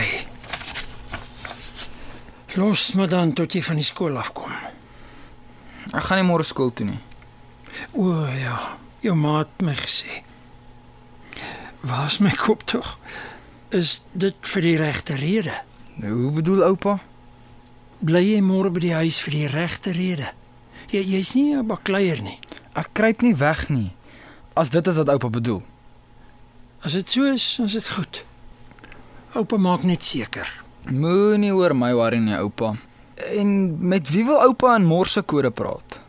F: Los maar dan tot jy van die skool afkom.
D: Ek gaan nie môre skool toe nie.
F: O ja, jou ma het my gesê. Waar's my kop tog? Is dit vir die regte rede?
D: Nou, hoe bedoel oupa?
F: Bly jy môre by die huis vir die regte rede? Jy jy's nie 'n bakleier nie.
D: Ek kruip nie weg nie. As dit is wat oupa bedoel.
F: As dit so is, dan is dit goed. Oupa maak net seker.
D: Moenie oor my worry nie, oupa. En met wie wil oupa in Morse kode praat?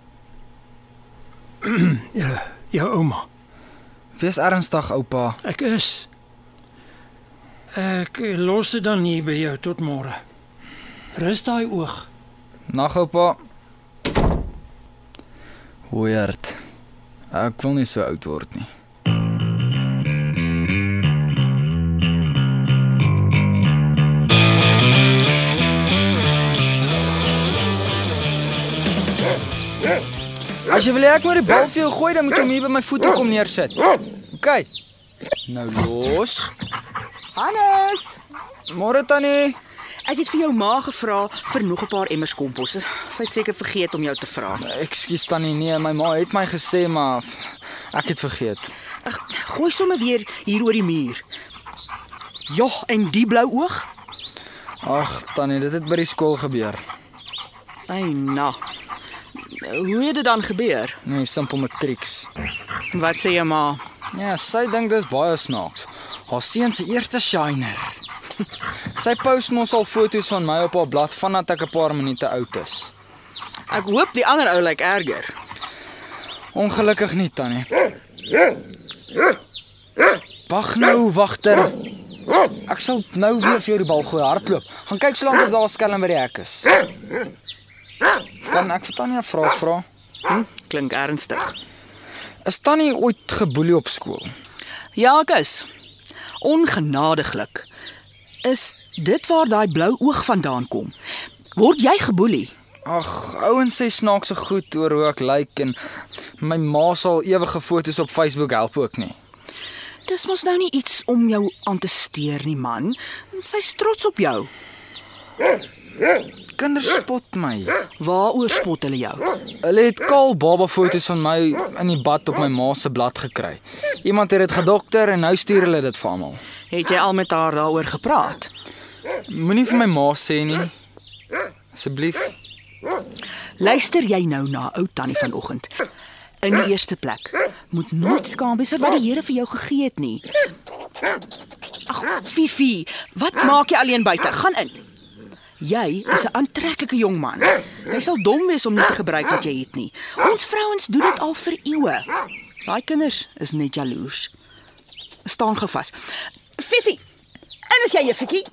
F: Ja, jou ouma.
D: Wees ernstig, oupa.
F: Ek is. Ek los dit dan hier by jou tot môre. Rus daai oog.
D: Nag, oupa. Weird. Ek wil nie so oud word nie. As jy wil hê ek moet die bal vir jou gooi, dan moet jy hom hier by my voete kom neersit. OK. Nou los.
B: Hannes,
D: Môre tannie.
B: ek het vir jou ma gevra vir nog 'n paar emmers kompos. Sy het seker vergeet om jou te vra.
D: Ekskuus tannie, nee, my ma het my gesê maar Ek het vergeet.
B: Ag, gooi sommer weer hier oor die muur. Jog, en die blou oog?
D: Ag, tannie, dit het by die skool gebeur.
B: Ai, na. Hoe het dit dan gebeur?
D: Nee, simpel matrieks.
B: Wat sê jou ma?
D: Ja, sy dink dis baie snaaks. Haar seun se eerste shiner. sy post mos al foto's van my op haar blad vandat ek 'n paar minute oud is.
B: Ek hoop die ander ou lyk erger.
D: Ongelukkig nie, tannie. Wag nou, wagter. Ek sal nou weer vir jou die bal gooi hardloop. Gaan kyk solank of daar 'n skelm by die hek is. Kan ek vir Tannie 'n vraag vra?
B: Hm? Klink ernstig.
D: Is Tannie ooit geboelie op skool?
B: Ja, ek is. Ongenadiglik. Is dit waar daai blou oog vandaan kom? Word jy geboelie?
D: Ag, ouens sê snaakse goed oor hoe ek lyk like, en my ma sal ewige foto's op Facebook help ook nie.
B: Dis mos nou nie iets om jou aan te steur nie, man. Sy's trots op jou.
D: Kinders spot my.
B: Waaroor spot hulle jou?
D: Hulle het kaal baba foto's van my in die bad op my ma se blad gekry. Iemand het dit gedokter en nou stuur hulle dit vir almal.
B: Het jy al met haar daaroor gepraat?
D: Moenie vir my ma sê nie. Asseblief.
B: Luister jy nou na ou tannie vanoggend. In die eerste plek, moet nooit skaam wees oor wat die Here vir jou gegee het nie. Ag, Fifi, wat maak jy alleen buite? Gaan in. Jy is 'n aantreklike jong man. Jy sal dom wees om nie te gebruik wat jy het nie. Ons vrouens doen dit al vir eeue. Daai kinders is net jaloers. Staan gou vas. Fifi, en as jy juffertjie,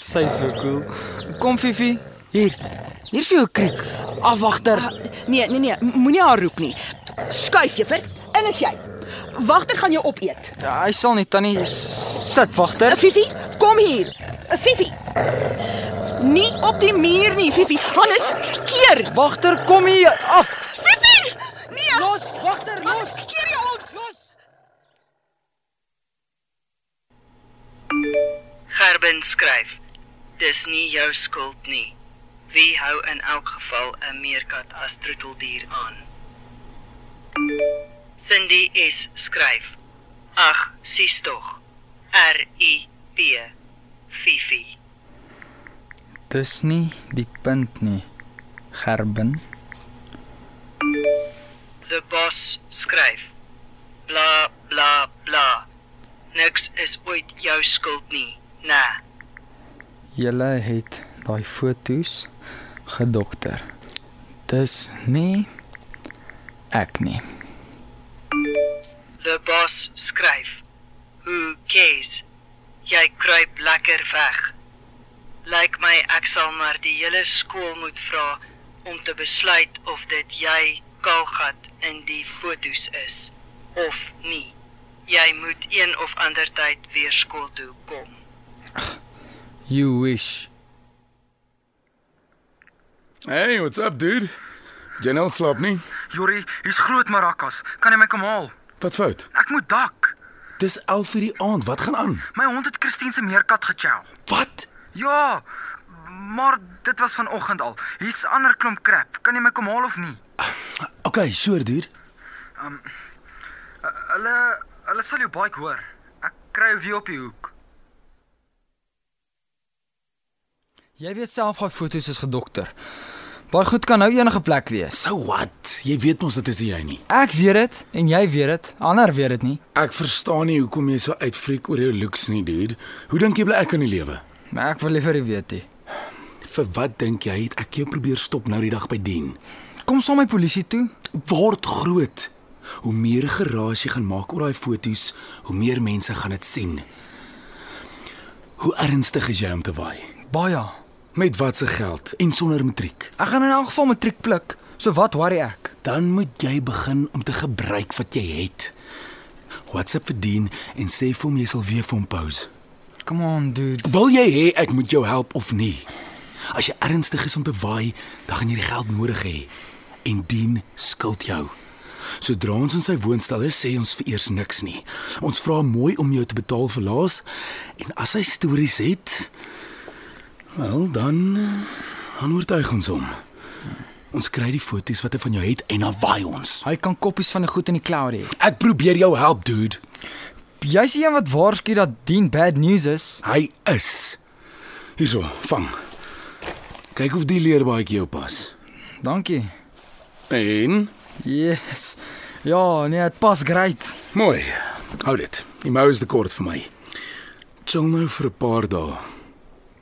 D: Sy is so cool. Kom Fifi.
B: hier. Hier vir jou 'n kriek.
D: Afwagter.
B: Nee, nee, nee, m- moenie haar roep nie. Skuif juffer, in is jy. Wagter gaan jou opeet.
D: Hy sal nie tannie s- sit wagter.
B: Eh, Fifi, kom hier. Eh, Fifi. Nie op die muur nie, Fifi. Hannes, keer.
D: Wagter, kom hier af.
B: Fifi! Nee. Los,
D: wagter, los.
B: Keer jou ons, los.
E: Gerben skryf: Dis nie jou skuld nie. Wie hou in elk geval 'n meerkat as troeteldier aan? Cindy S skryf: Ag, sies tog. R I P Fifi.
D: Dis nie die punt nie. Gerben.
E: The boss skryf: Bla bla bla. Niks is ooit jou skuld nie. Nee.
D: Julle het daai foto's gedokter. Dis nie ek nie.
E: The boss skryf. Who cares? Jy kruip lekker weg. Lyk my ek sal maar die hele skool moet vra om te besluit of dit jy kaalgat in die fotos is of nie. Jy moet een of ander tyd weer skool toe kom.
D: You wish.
G: Hey, what's up, dude? Janelle slaap nie.
D: Jori, hier's groot marakas. Kan jy my kom haal?
G: Wat fout?
D: Ek moet dak.
G: Dis 11:00 die aand. Wat gaan aan?
D: My hond het Christine se meerkat gechow.
G: Wat?
D: Ja, maar dit was vanoggend al. Hier's 'n ander klomp krap. Kan jy my kom haal of nie? Ehm,
G: Okay, sure, dude.
D: eh, Hulle hulle sal jou baie hoor. Ek kry jou weer op die hoek. Jy weet self daai foto's is gedokter. Daai goed kan nou enige plek wees.
G: So what? Jy weet mos dit is nie jy nie.
D: Ek weet dit en jy weet dit. Ander weet dit nie.
G: Ek verstaan nie hoekom jy so uitfreek oor jou looks nie, dude. Hoe dink jy bly ek in die lewe?
D: Maar ek wil liever nie weet nie.
G: Vir wat dink jy het ek jou probeer stop nou die dag by dien?
D: Kom saam met polisie toe.
G: Word groot. Hoe meer geraas jy gaan maak oor daai foto's, hoe meer mense gaan dit sien. Hoe ernstig is jy om te waai?
D: Baie.
G: Met watse geld en sonder matriek?
D: Ek gaan in elk geval matriek pluk. So wat worry ek?
G: Dan moet jy begin om te gebruik wat jy het. WhatsApp vir Dean en sê vir hom jy sal weer vir hom pause.
D: Come on, dude.
G: Wil jy hê ek moet jou help of nie? As jy ernstig is om te waai, dan gaan jy die geld nodig hê en dien skuld jou. Sodra ons in sy woonstel is, sê ons vir eers niks nie. Ons vra hom mooi om jou te betaal vir laas en as hy stories het, wel dan eh, dan oortuig ons hom. Ons kry die foto's wat hy van jou het en dan waai ons.
D: Hy kan koppies van die goed in die cloud hê.
G: Ek probeer jou help, dude.
D: Jy's die een wat waarsku dat Dean bad news is.
G: Hy is. Hierso, vang. Kyk of die leerbaadjie jou pas.
D: Dankie.
G: En
D: Yes. Ja, nee, dit pas great.
G: mooi. Hou dit. Die mou is te kort vir my. Chill nou vir 'n paar dae.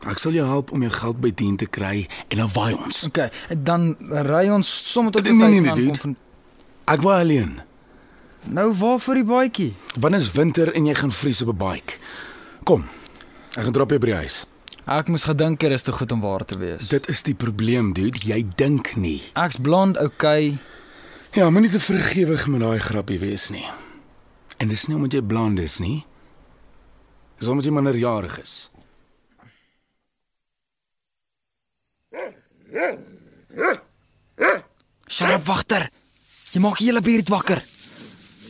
G: Ek sal jou help om jou geld by dien te kry en dan waai ons.
D: OK, dan ry ons sommer tot die
G: Nee, nee,
D: huis
G: nee,
D: aan, kom
G: dude. Ek waai alleen.
D: van- Nou waar vir die baadjie?
G: Want is winter en jy gaan vries op 'n bike. Kom. Ek gaan drop jou by die huis.
D: Ek moes gedink dit is te goed om waar te wees.
G: Dit is die probleem, dude. Jy dink nie.
D: Ek's blond, okay.
G: Ja, moenie te vergewig met daai grappie wees nie. En dis nie omdat jy blond is nie. Dis omdat jy minderjarig is.
D: Sharp wagter. Jy maak die hele buurt wakker.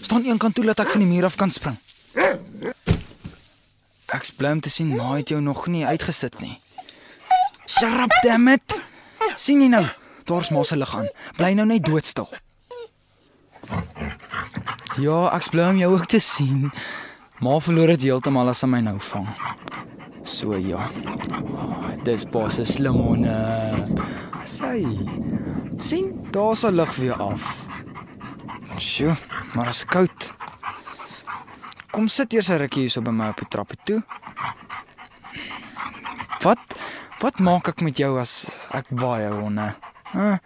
D: Staan een kant toe dat ek van die muur af kan spring. Ek's bly om te sien ma het jou nog nie uitgesit nie. Sharp dammit. sien jy nou? Daar's ma se lig aan. Bly nou net doodstil. Ja, ek's bly om jou ook te sien. Ma verloor dit heeltemal as sy my nou vang. So ja. Oh, dis pas 'n slim honde. Sy sien daar's al lig weer af. Sjoe, maar is koud. Kom sit eers 'n rukkie hierso by my op die trappe toe. Wat wat maak ek met jou as ek waai jou honde? Huh?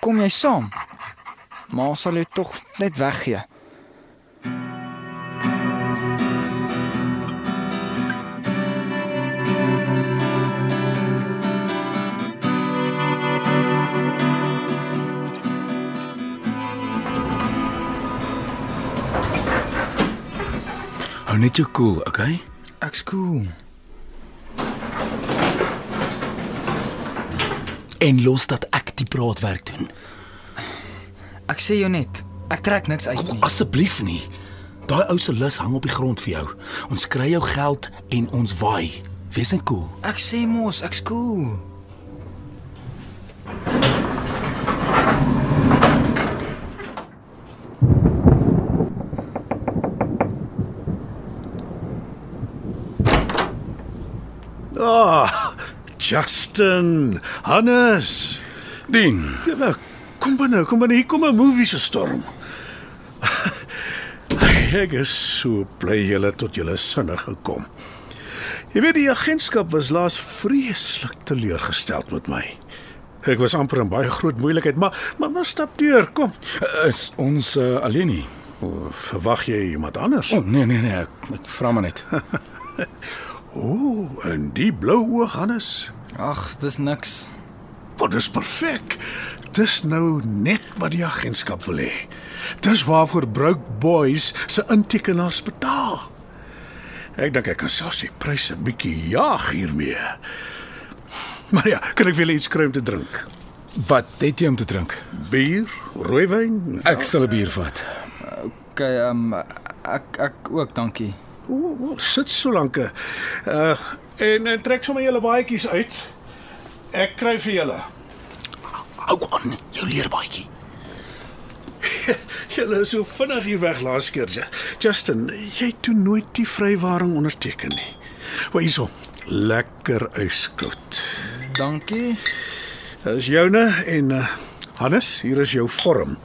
D: Kom jy saam? Maar sal jy tog net weggee.
G: Hou net jou koel, cool, okay?
D: Ek's cool.
G: En los dat ek die braadwerk doen.
D: Ek sê jou net, ek trek niks uit nie.
G: Asseblief nie. Daai ou se lus hang op die grond vir jou. Ons kry jou geld en ons waai. Wees net koel. Cool.
D: Ek sê mos, ek's cool.
H: Ah, Justin, Hannes.
G: Dien.
H: Ja, wel, kom binne, kom binne. Hier kom 'n movie se storm. Ek is so bly julle tot julle sinne gekom. Jy weet die agentskap was laas vreeslik teleurgestel met my. Ek was amper in baie groot moeilikheid, maar maar, maar stap deur, kom.
G: Is ons uh, alleen nie?
H: O, Verwag jy iemand anders?
G: O, oh, nee nee nee, ek, ek vra maar net.
H: O, en die blou oog Hannes.
D: Ag, dis niks.
H: Wat is perfek. Dis nou net wat die agentskap wil hê. Dis waarvoor Broke Boys se intekenaars betaal. Ek dink ek kan selfs die pryse bietjie jaag hiermee. Maar ja, kan ek vir julle iets kry om te drink?
G: Wat het jy om te drink?
H: Bier, rooiwyn?
G: Ek sal 'n bier vat.
D: OK, ehm um, ek ek ook, dankie.
H: O, o, sit so lank. Uh en, en trek sommer julle baadjies uit. Ek kry vir julle.
G: Hou aan, jou leerbaadjie.
H: Julle is so vinnig hier weg laas keer. Ju- Justin, jy het toe nooit die vrywaring onderteken nie. Wat hierso? Lekker yskoud.
D: Dankie.
H: Dis joune en uh, Hannes, hier is jou vorm.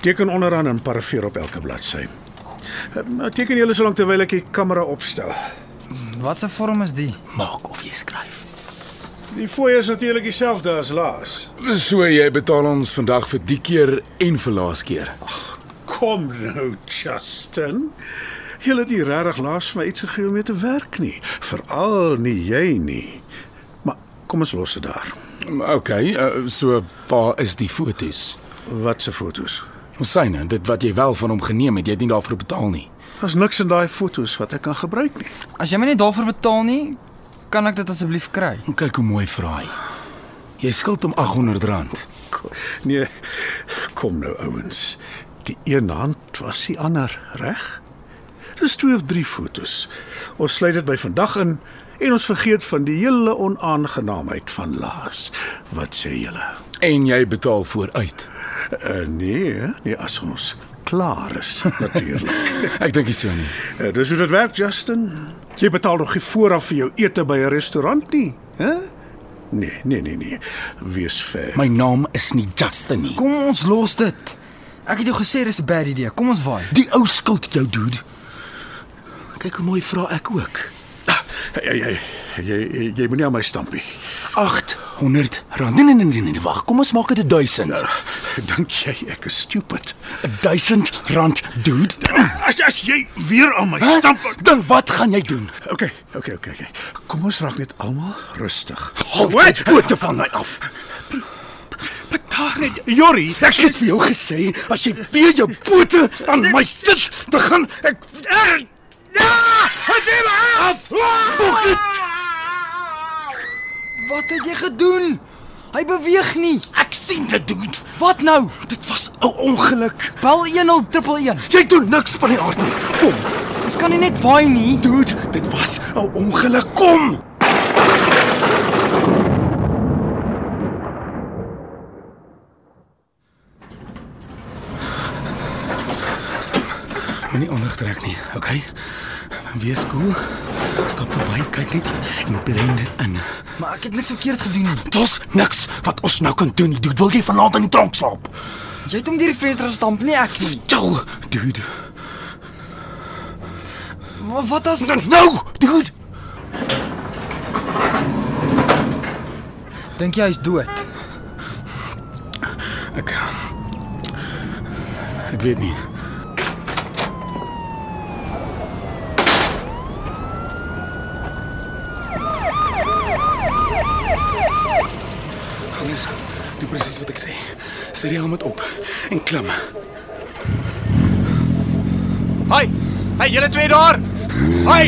H: Teken onderaan en parafeer op elke bladsy. Eh, Nou teken julle so lank terwyl ek die kamera opstel.
D: Wat 'n vorm is die?
G: Maak of jy skryf.
H: Die fooi is natuurlik dieselfde as laas.
G: So jy betaal ons vandag vir die keer en vir laas keer.
H: Kom nou, Justin. Julle het hier regtig laas vir my iets gegee om mee te werk nie, veral nie jy nie. Maar kom ons los dit daar.
G: Okay, uh, so waar is die fotos?
H: Wat se fotos?
G: Ons syne, dit wat jy wel van hom geneem het, jy het nie daarvoor betaal nie.
H: Daar's niks in daai fotos wat ek kan gebruik nie.
D: As jy my nie daarvoor betaal nie, kan ek dit asseblief kry.
G: Kyk hoe mooi vra hy. Jy skuld hom R800.
H: Kom, nee, kom nou ouens. Die een hand was die ander, reg? Dis twee of drie fotos. Ons sluit dit by vandag in en ons vergeet van die hele onaangenaamheid van laas. Wat sê julle?
G: En jy betaal vooruit.
H: Uh, nee, hè? nee as ons klaar is natuurlik.
G: Ek dink nie so nie.
H: uh, dis hoe dit werk, Justin. Jy betaal nog nie vooraf vir jou ete by 'n restaurant nie, hè? Nee, nee, nee, nee. Wees fair.
G: My naam is nie Justin nie.
D: Kom ons los dit. Ek het jou gesê dis 'n bad idee. Kom ons vaai.
G: Die ou skuld jou, dude. Kyk hoe mooi vra ek ook.
H: Jy jy jy jy- jy moenie aan my stampie.
G: 800 rand. Nee nee nee nee, nee wag, kom ons maak dit 1000.
H: Nou, Dink jy ek is stupid?
G: 1000 rand, dude.
H: As as jy weer aan my
G: Hè?
H: stamp.
G: Dan wat gaan jy doen?
H: Okay, okay, okay, okay. Kom ons raak net almal rustig.
G: Hou dit pote van my af. Betaal net.
H: Jorrie,
G: Ek het vir jou gesê as jy weer jou pote aan my sit, dan gaan ek er, ja, het hom af. Fuck it.
D: Wat het jy gedoen? Hy beweeg nie.
G: Ek sien dit, dude.
D: Wat nou?
G: Dit was 'n ongeluk.
D: Bel 1011.
G: Jy doen niks van die aard nie. Kom,
D: Ons kan nie net vaai nie.
G: dude, dit was 'n ongeluk. Kom. Moenie aandag trek nie, okay? Wees cool. Stap verby, kyk net en blend in.
D: Maar ek het niks verkeerd gedoen nie.
G: Dis niks wat ons nou kan doen. Dude, wil jy vanaand in die tronk slaap?
D: Jy het hom deur die venster gestamp, nie ek nie.
G: Chill, dude.
D: Maar wat as
G: Nou, dude.
D: Dink jy hy's dood?
G: Ek Ek weet nie. Hannes, doen presies wat ek sê. Sit jy hom met op en klim.
I: Hi. Hey, julle twee daar. Hi.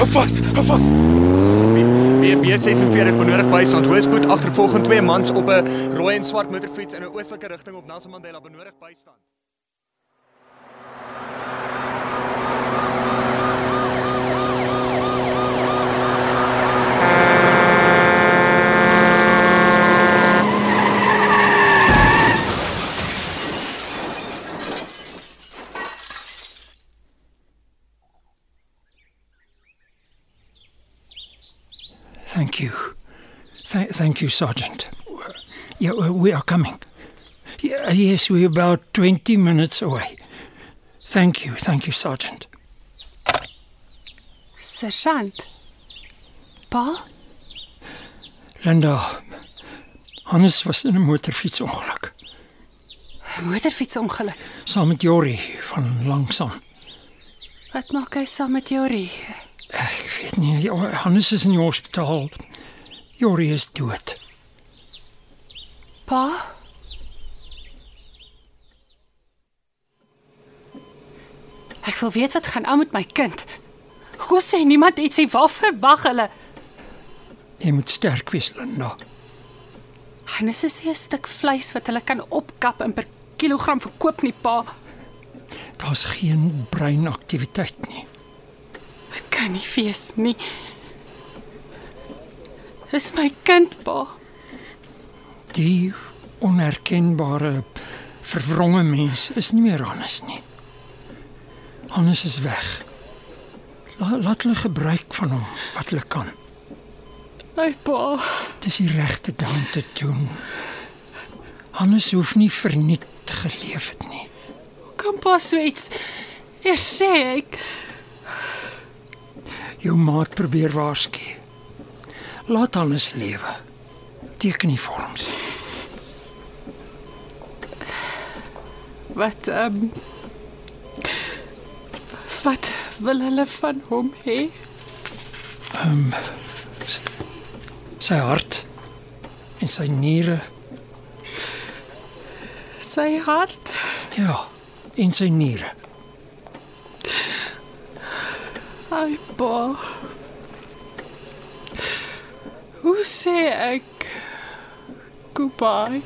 G: Hou vas, hou vas.
I: BB 46 benodig bystand. Hoëspoed agtervolgend twee mans op 'n rooi en swart motorfiets in 'n oostelike rigting op Nelson Mandela benodig bystand.
F: Thank you. Th- thank you, Sergeant. Yeah, we- we are coming. Yeah, yes, we're about 20 minutes away. Thank you, thank you, Sergeant.
A: Sergeant. Pa,
F: Linda, Hannes was in 'n motorfietsongeluk
A: motorfietsongeluk.
F: saam met Jori van Langsam.
A: Wat maak hy saam met Jori?
F: Ek weet nie, ja, Hannes is in die hospitaal. Jori is dood.
A: Pa? Ek wil weet wat gaan aan met my kind. Hoe sê niemand ietsie wat verwag hulle?
F: Jy moet sterk wees, Linda.
A: Hannes is nie 'n stuk vleis wat hulle kan opkap en per kilogram verkoop nie, pa.
F: Daar's geen breinaktiwiteit nie.
A: Dit kan nie wees nie. Dis my kind, pa.
F: Die onherkenbare verwronge mens is nie meer Hannes nie. Hannes is weg. La, laat hulle gebruik van hom wat hulle kan.
A: My pa.
F: Dis die regte ding om te doen. Hannes hoef nie verniet geleef het nie.
A: Hoe kan pa so iets? Eers sê ek,
F: Jou maat probeer waarsku. Laat Hannes lewe. Teken die vorms.
A: wat ehm um, wat wil hulle van hom hê?
F: Ehm, Sy hart en sy niere,
A: Sy hart.
F: ja, en sy niere.
A: Ai, pa. Hoe sê ek goodbye?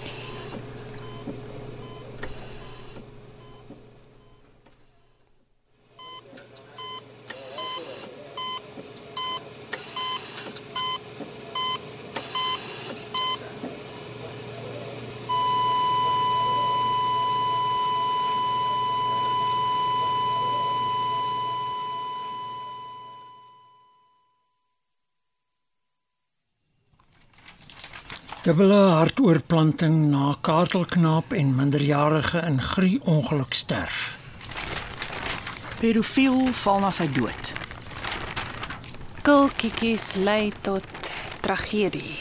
F: Dubbele hartoortplanting na katelknaap en minderjarige in grie-ongeluk sterf.
B: Pedofiel val na sy dood.
A: Kulkiekies lei tot tragedie.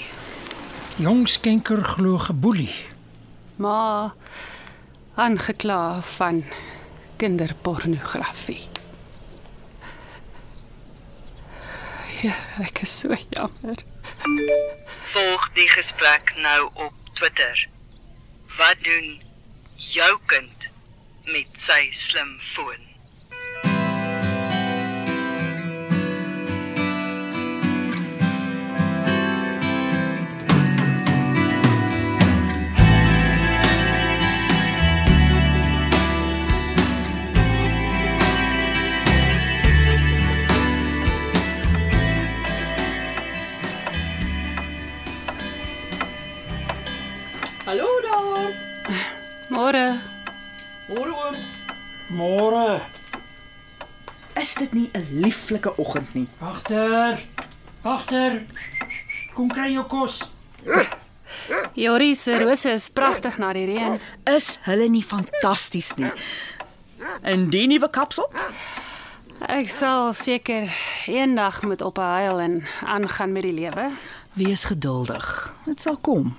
F: Jong skenker glo geboelie.
A: Ma aangekla van kinderpornografie. Ja, ek is so jammer.
E: Volg die gesprek nou op Twitter. Wat doen jou kind met sy slimfoon?
J: Hallo daar.
A: Môre,
J: Môre oom.
F: Môre,
B: Is dit nie 'n lieflike oggend nie?
F: agter. Agter. Kom kry jou kos.
A: Jorie se rose is pragtig na die reën.
B: Is hulle nie fantasties nie? En die nuwe kapsel?
A: Ek sal seker eendag moet ophou huil en aangaan met die lewe.
B: Wees geduldig. Dit sal kom.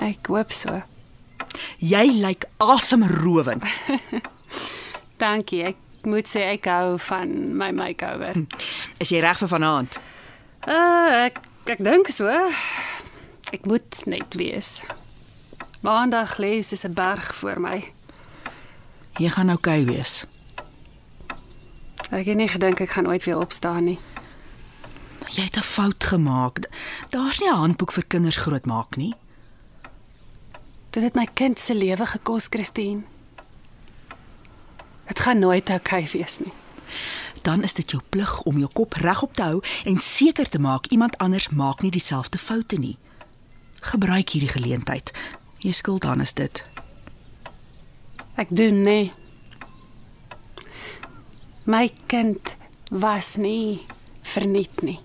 A: Ek hoop so.
B: Jy lyk asemrowend.
A: Dankie. Ek moet sê ek hou van my makeover.
B: Is jy reg vir vanaand?
A: Uh, ek ek dink so. Ek moet net wees. Maandag lê is 'n berg voor my.
B: Jy gaan oukei okay wees.
A: Ek het nie gedink ek gaan ooit weer opstaan nie.
B: Jy het 'n fout gemaak. D- Daar's nie 'n handboek vir kinders grootmaak nie.
A: Dit het my kind se lewe gekos, Christine. Dit gaan nooit oukei okay wees nie.
B: Dan is dit jou plig om jou kop regop te hou en seker te maak iemand anders maak nie dieselfde foute nie. Gebruik hierdie geleentheid. Jy skuld aan is dit.
A: Ek doen nê. My kind was nie verniet nie.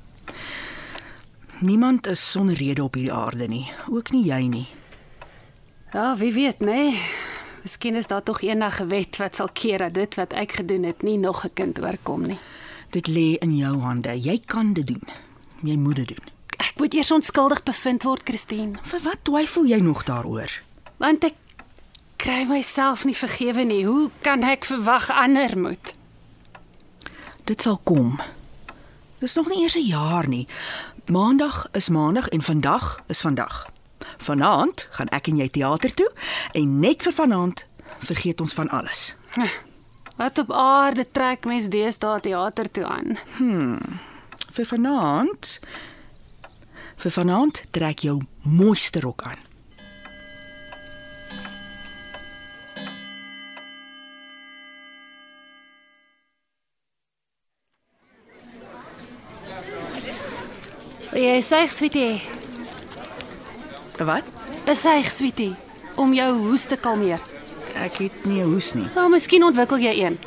B: Niemand is sonder rede op hierdie aarde nie, ook nie jy nie.
A: Ja, wie weet nê. Miskien is daar tog eendag 'n wet wat sal keer dat dit wat ek gedoen het nie nog 'n kind oorkom nie.
B: Dit lê in jou hande. Jy kan dit doen. Jy moet dit doen.
A: Ek moet eers onskuldig bevind word, Christine,
B: Vir wat twyfel jy nog daaroor?
A: want ek kry myself nie vergewe nie. Hoe kan ek verwag ander moet?
B: Dit sal kom. Dis nog nie eers 'n jaar nie. Maandag is maandag en vandag is vandag. Vanaand gaan ek en jy teater toe en net vir vanaand vergeet ons van alles.
A: Wat op aarde trek mens deesdae teater toe aan?
B: Hmm. Vir vanaand vir vanaand trek jou mooiste rok aan.
A: Jy sê, sweetie,
B: Wat?
A: besuig sweetie om jou hoes te kalmeer.
B: Ek het nie 'n hoes nie.
A: Nou, miskien ontwikkel jy een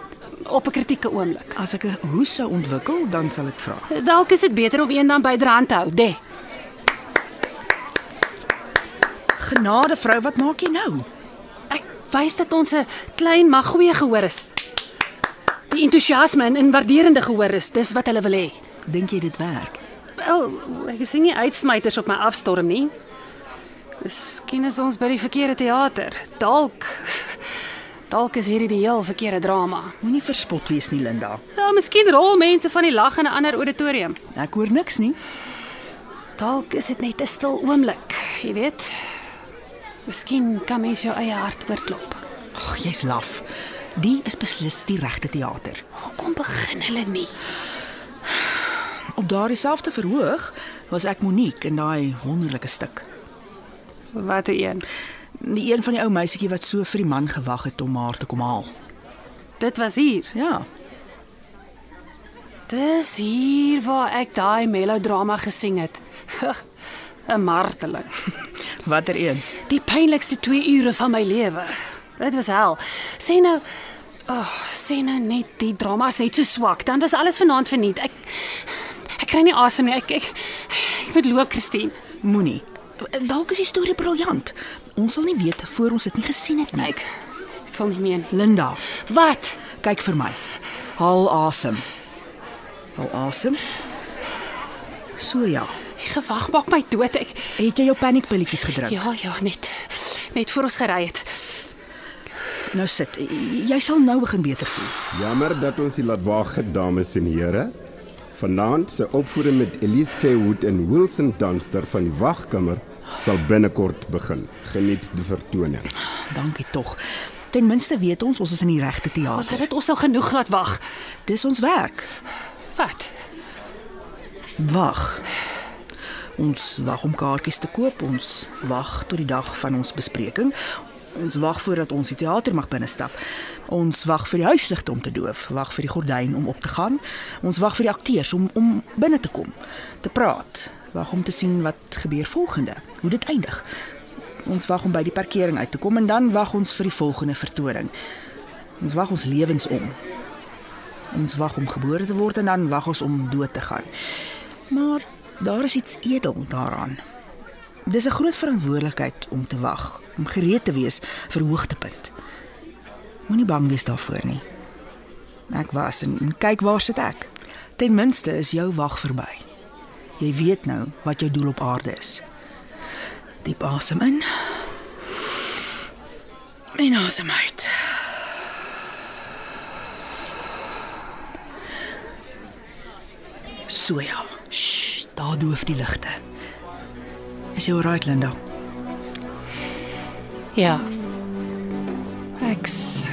A: op 'n kritieke oomblik.
B: As ek 'n hoes sou ontwikkel, dan sal ek vra.
A: Dalk is dit beter om een dan byderhand te hou, dê.
B: Genade vrou, wat maak jy nou?
A: Ek wys dat ons 'n klein maar goeie gehoor is. Die entoesiasme en, en waarderende gehoor is, dis wat hulle wil hê.
B: Dink jy dit werk?
A: Wel, ek sien nie uitsmyters op my afstorm nie. Miskien is ons by die verkeerde teater. Dalk dalk is hierdie die heel verkeerde drama.
B: Moenie verspot wees nie, Linda.
A: Ja, miskien rol mense van die lag in 'n ander auditorium.
B: Ek hoor niks nie.
A: Dalk is dit net 'n stil oomblik, jy weet. Miskien kan mens jou eie hart oorklop.
B: Ag, jy's laf. Die is beslis die regte teater.
A: Hoekom begin hulle nie?
B: Op daardie selfde verhoog was ek Monique in daai wonderlike stuk.
A: Watter een?
B: Die een van die ou meisietjie wat so vir die man gewag het om haar te kom haal.
A: Dit was hier.
B: Ja,
A: Dis hier waar ek daai melodrama gesing het. 'n Marteling.
B: watter een?
A: Die pynlikste 2 ure van my lewe. Dit was hel. Sê nou, oh, sê nou net die drama's net so swak, dan was alles vanaand verniet. Ek ek kry nie asem nie. Ek ek, ek moet loop, Christine.
B: Moenie. Dalk is die storie briljant. Ons sal nie weet voor ons dit nie gesien het nie.
A: Ek ek wil nie meer nie.
B: Linda,
A: Wat?
B: kyk vir my. Haal asem. Haal asem. So ja.
A: Die gewag maak my dood. Ek
B: Het jy jou paniekpilletjies gedruk?
A: Ja, ja, net net voor ons gery het.
B: Nou sit. Jy sal nou begin beter voel.
K: Jammer dat ons hier laat waag, het, dames en here. Vanaand se opvoering met Elise Kaywood en Wilson Dunster van die wagkamer sal binnekort begin. Geniet die vertoning.
B: Dankie tog. Ten minste weet ons ons is in die regte
A: Want
B: teater.
A: hulle het ons nou genoeg laat wag.
B: Dis ons werk.
A: Wat?
B: Wag. Ons wag om kaartjies te koop. Ons wag tot die dag van ons bespreking. Ons wag voordat ons die teater mag binnestap. Ons wag vir die huisligte om te doof, wag vir die gordyn om op te gaan. Ons wag vir die akteurs om om binne te kom, te praat, wag om te sien wat gebeur volgende, hoe dit eindig. Ons wag om by die parkering uit te kom en dan wag ons vir die volgende vertoning. Ons wag ons lewens om. Ons wag om gebore te word en dan wag ons om dood te gaan. Maar daar is iets edel daaraan. Dis 'n groot verantwoordelikheid om te wag, om gereed te wees vir hoogtepunt. Moenie bang wees daarvoor nie. Ek was en, en kyk waar sit ek. Ten minste is jou wag verby. Jy weet nou wat jou doel op aarde is. Diep asem in. En asem uit. So ja. Shh, daar doof die ligte. Is jy alright, Linda?
A: Ja. Ek's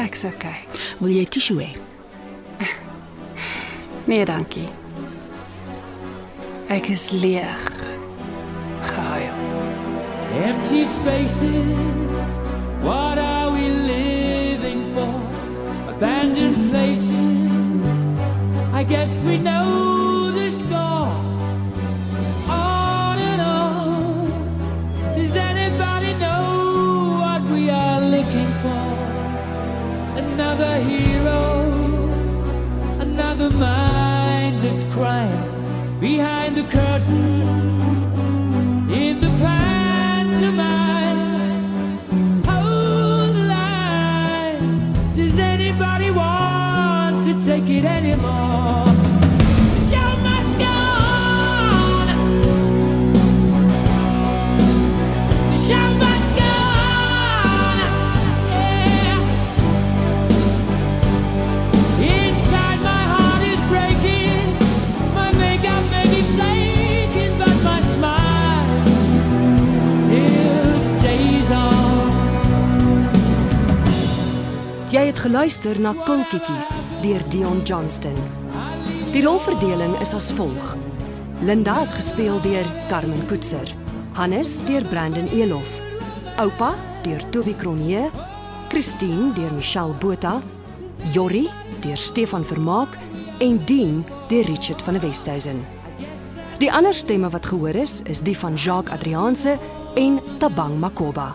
A: ek's okay.
B: Wil jy tissue hê?
A: Nee, dankie. Ek is leeg. Gehuil.
L: Empty spaces, what are we living for? Abandoned places, I guess we know the score. On and on, does anybody know what we are looking for? Another hero, another mindless crime behind the curtain in the pantomime. Hold the line. Does anybody want to take it anymore? The show must go on. The show must go on. Yeah. Inside my heart is breaking. My makeup may be flaking, but my smile still stays on.
C: Jy het geluister na Kultjies deur Dion Johnston. Die rolverdeling is as volg: Linda is gespeel deur Carmen Koetser, Hannes deur Brandon Elof, Oupa deur Toby Cronje, Christine deur Michelle Botha, Jorrie deur Stefan Vermaak en Dean deur Richard van der Westhuizen. Die ander stemme wat gehoor is, is die van Jacques Adrianse en Tabang Makoba.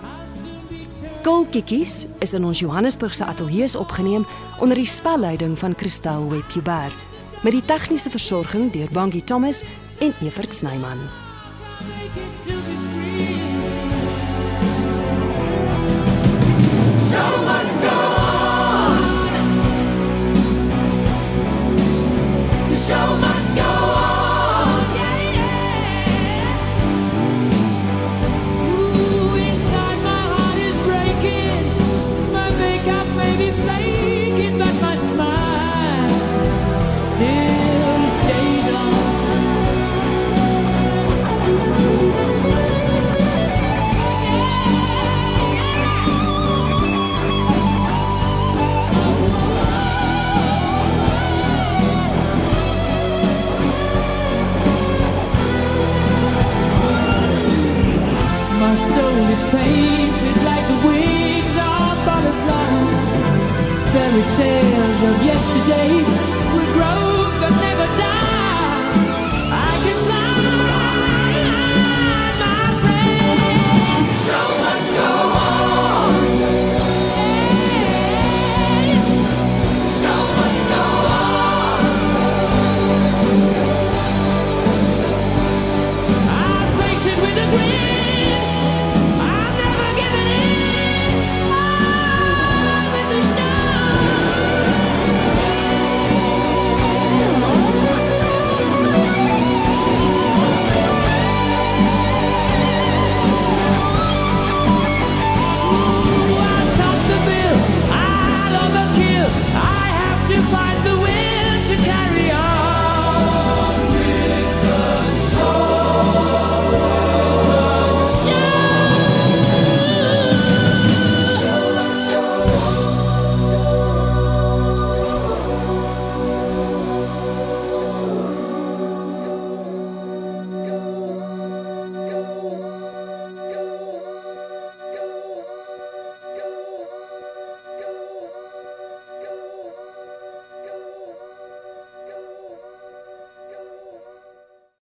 C: Koolkikkies is in ons Johannesburgse ateljee se opgeneem onder die spelleiding van Christel Webjuber met die tegniese versorging deur Bangie Thomas en Evert Snyman.
L: Make it to be free. The show must go on. Yeah, yeah. Ooh, inside my heart is breaking. My makeup may be flaking, but my smile still stays on. Yeah, yeah. My soul is painted like the wings of butterflies, fairy tales of yesterday.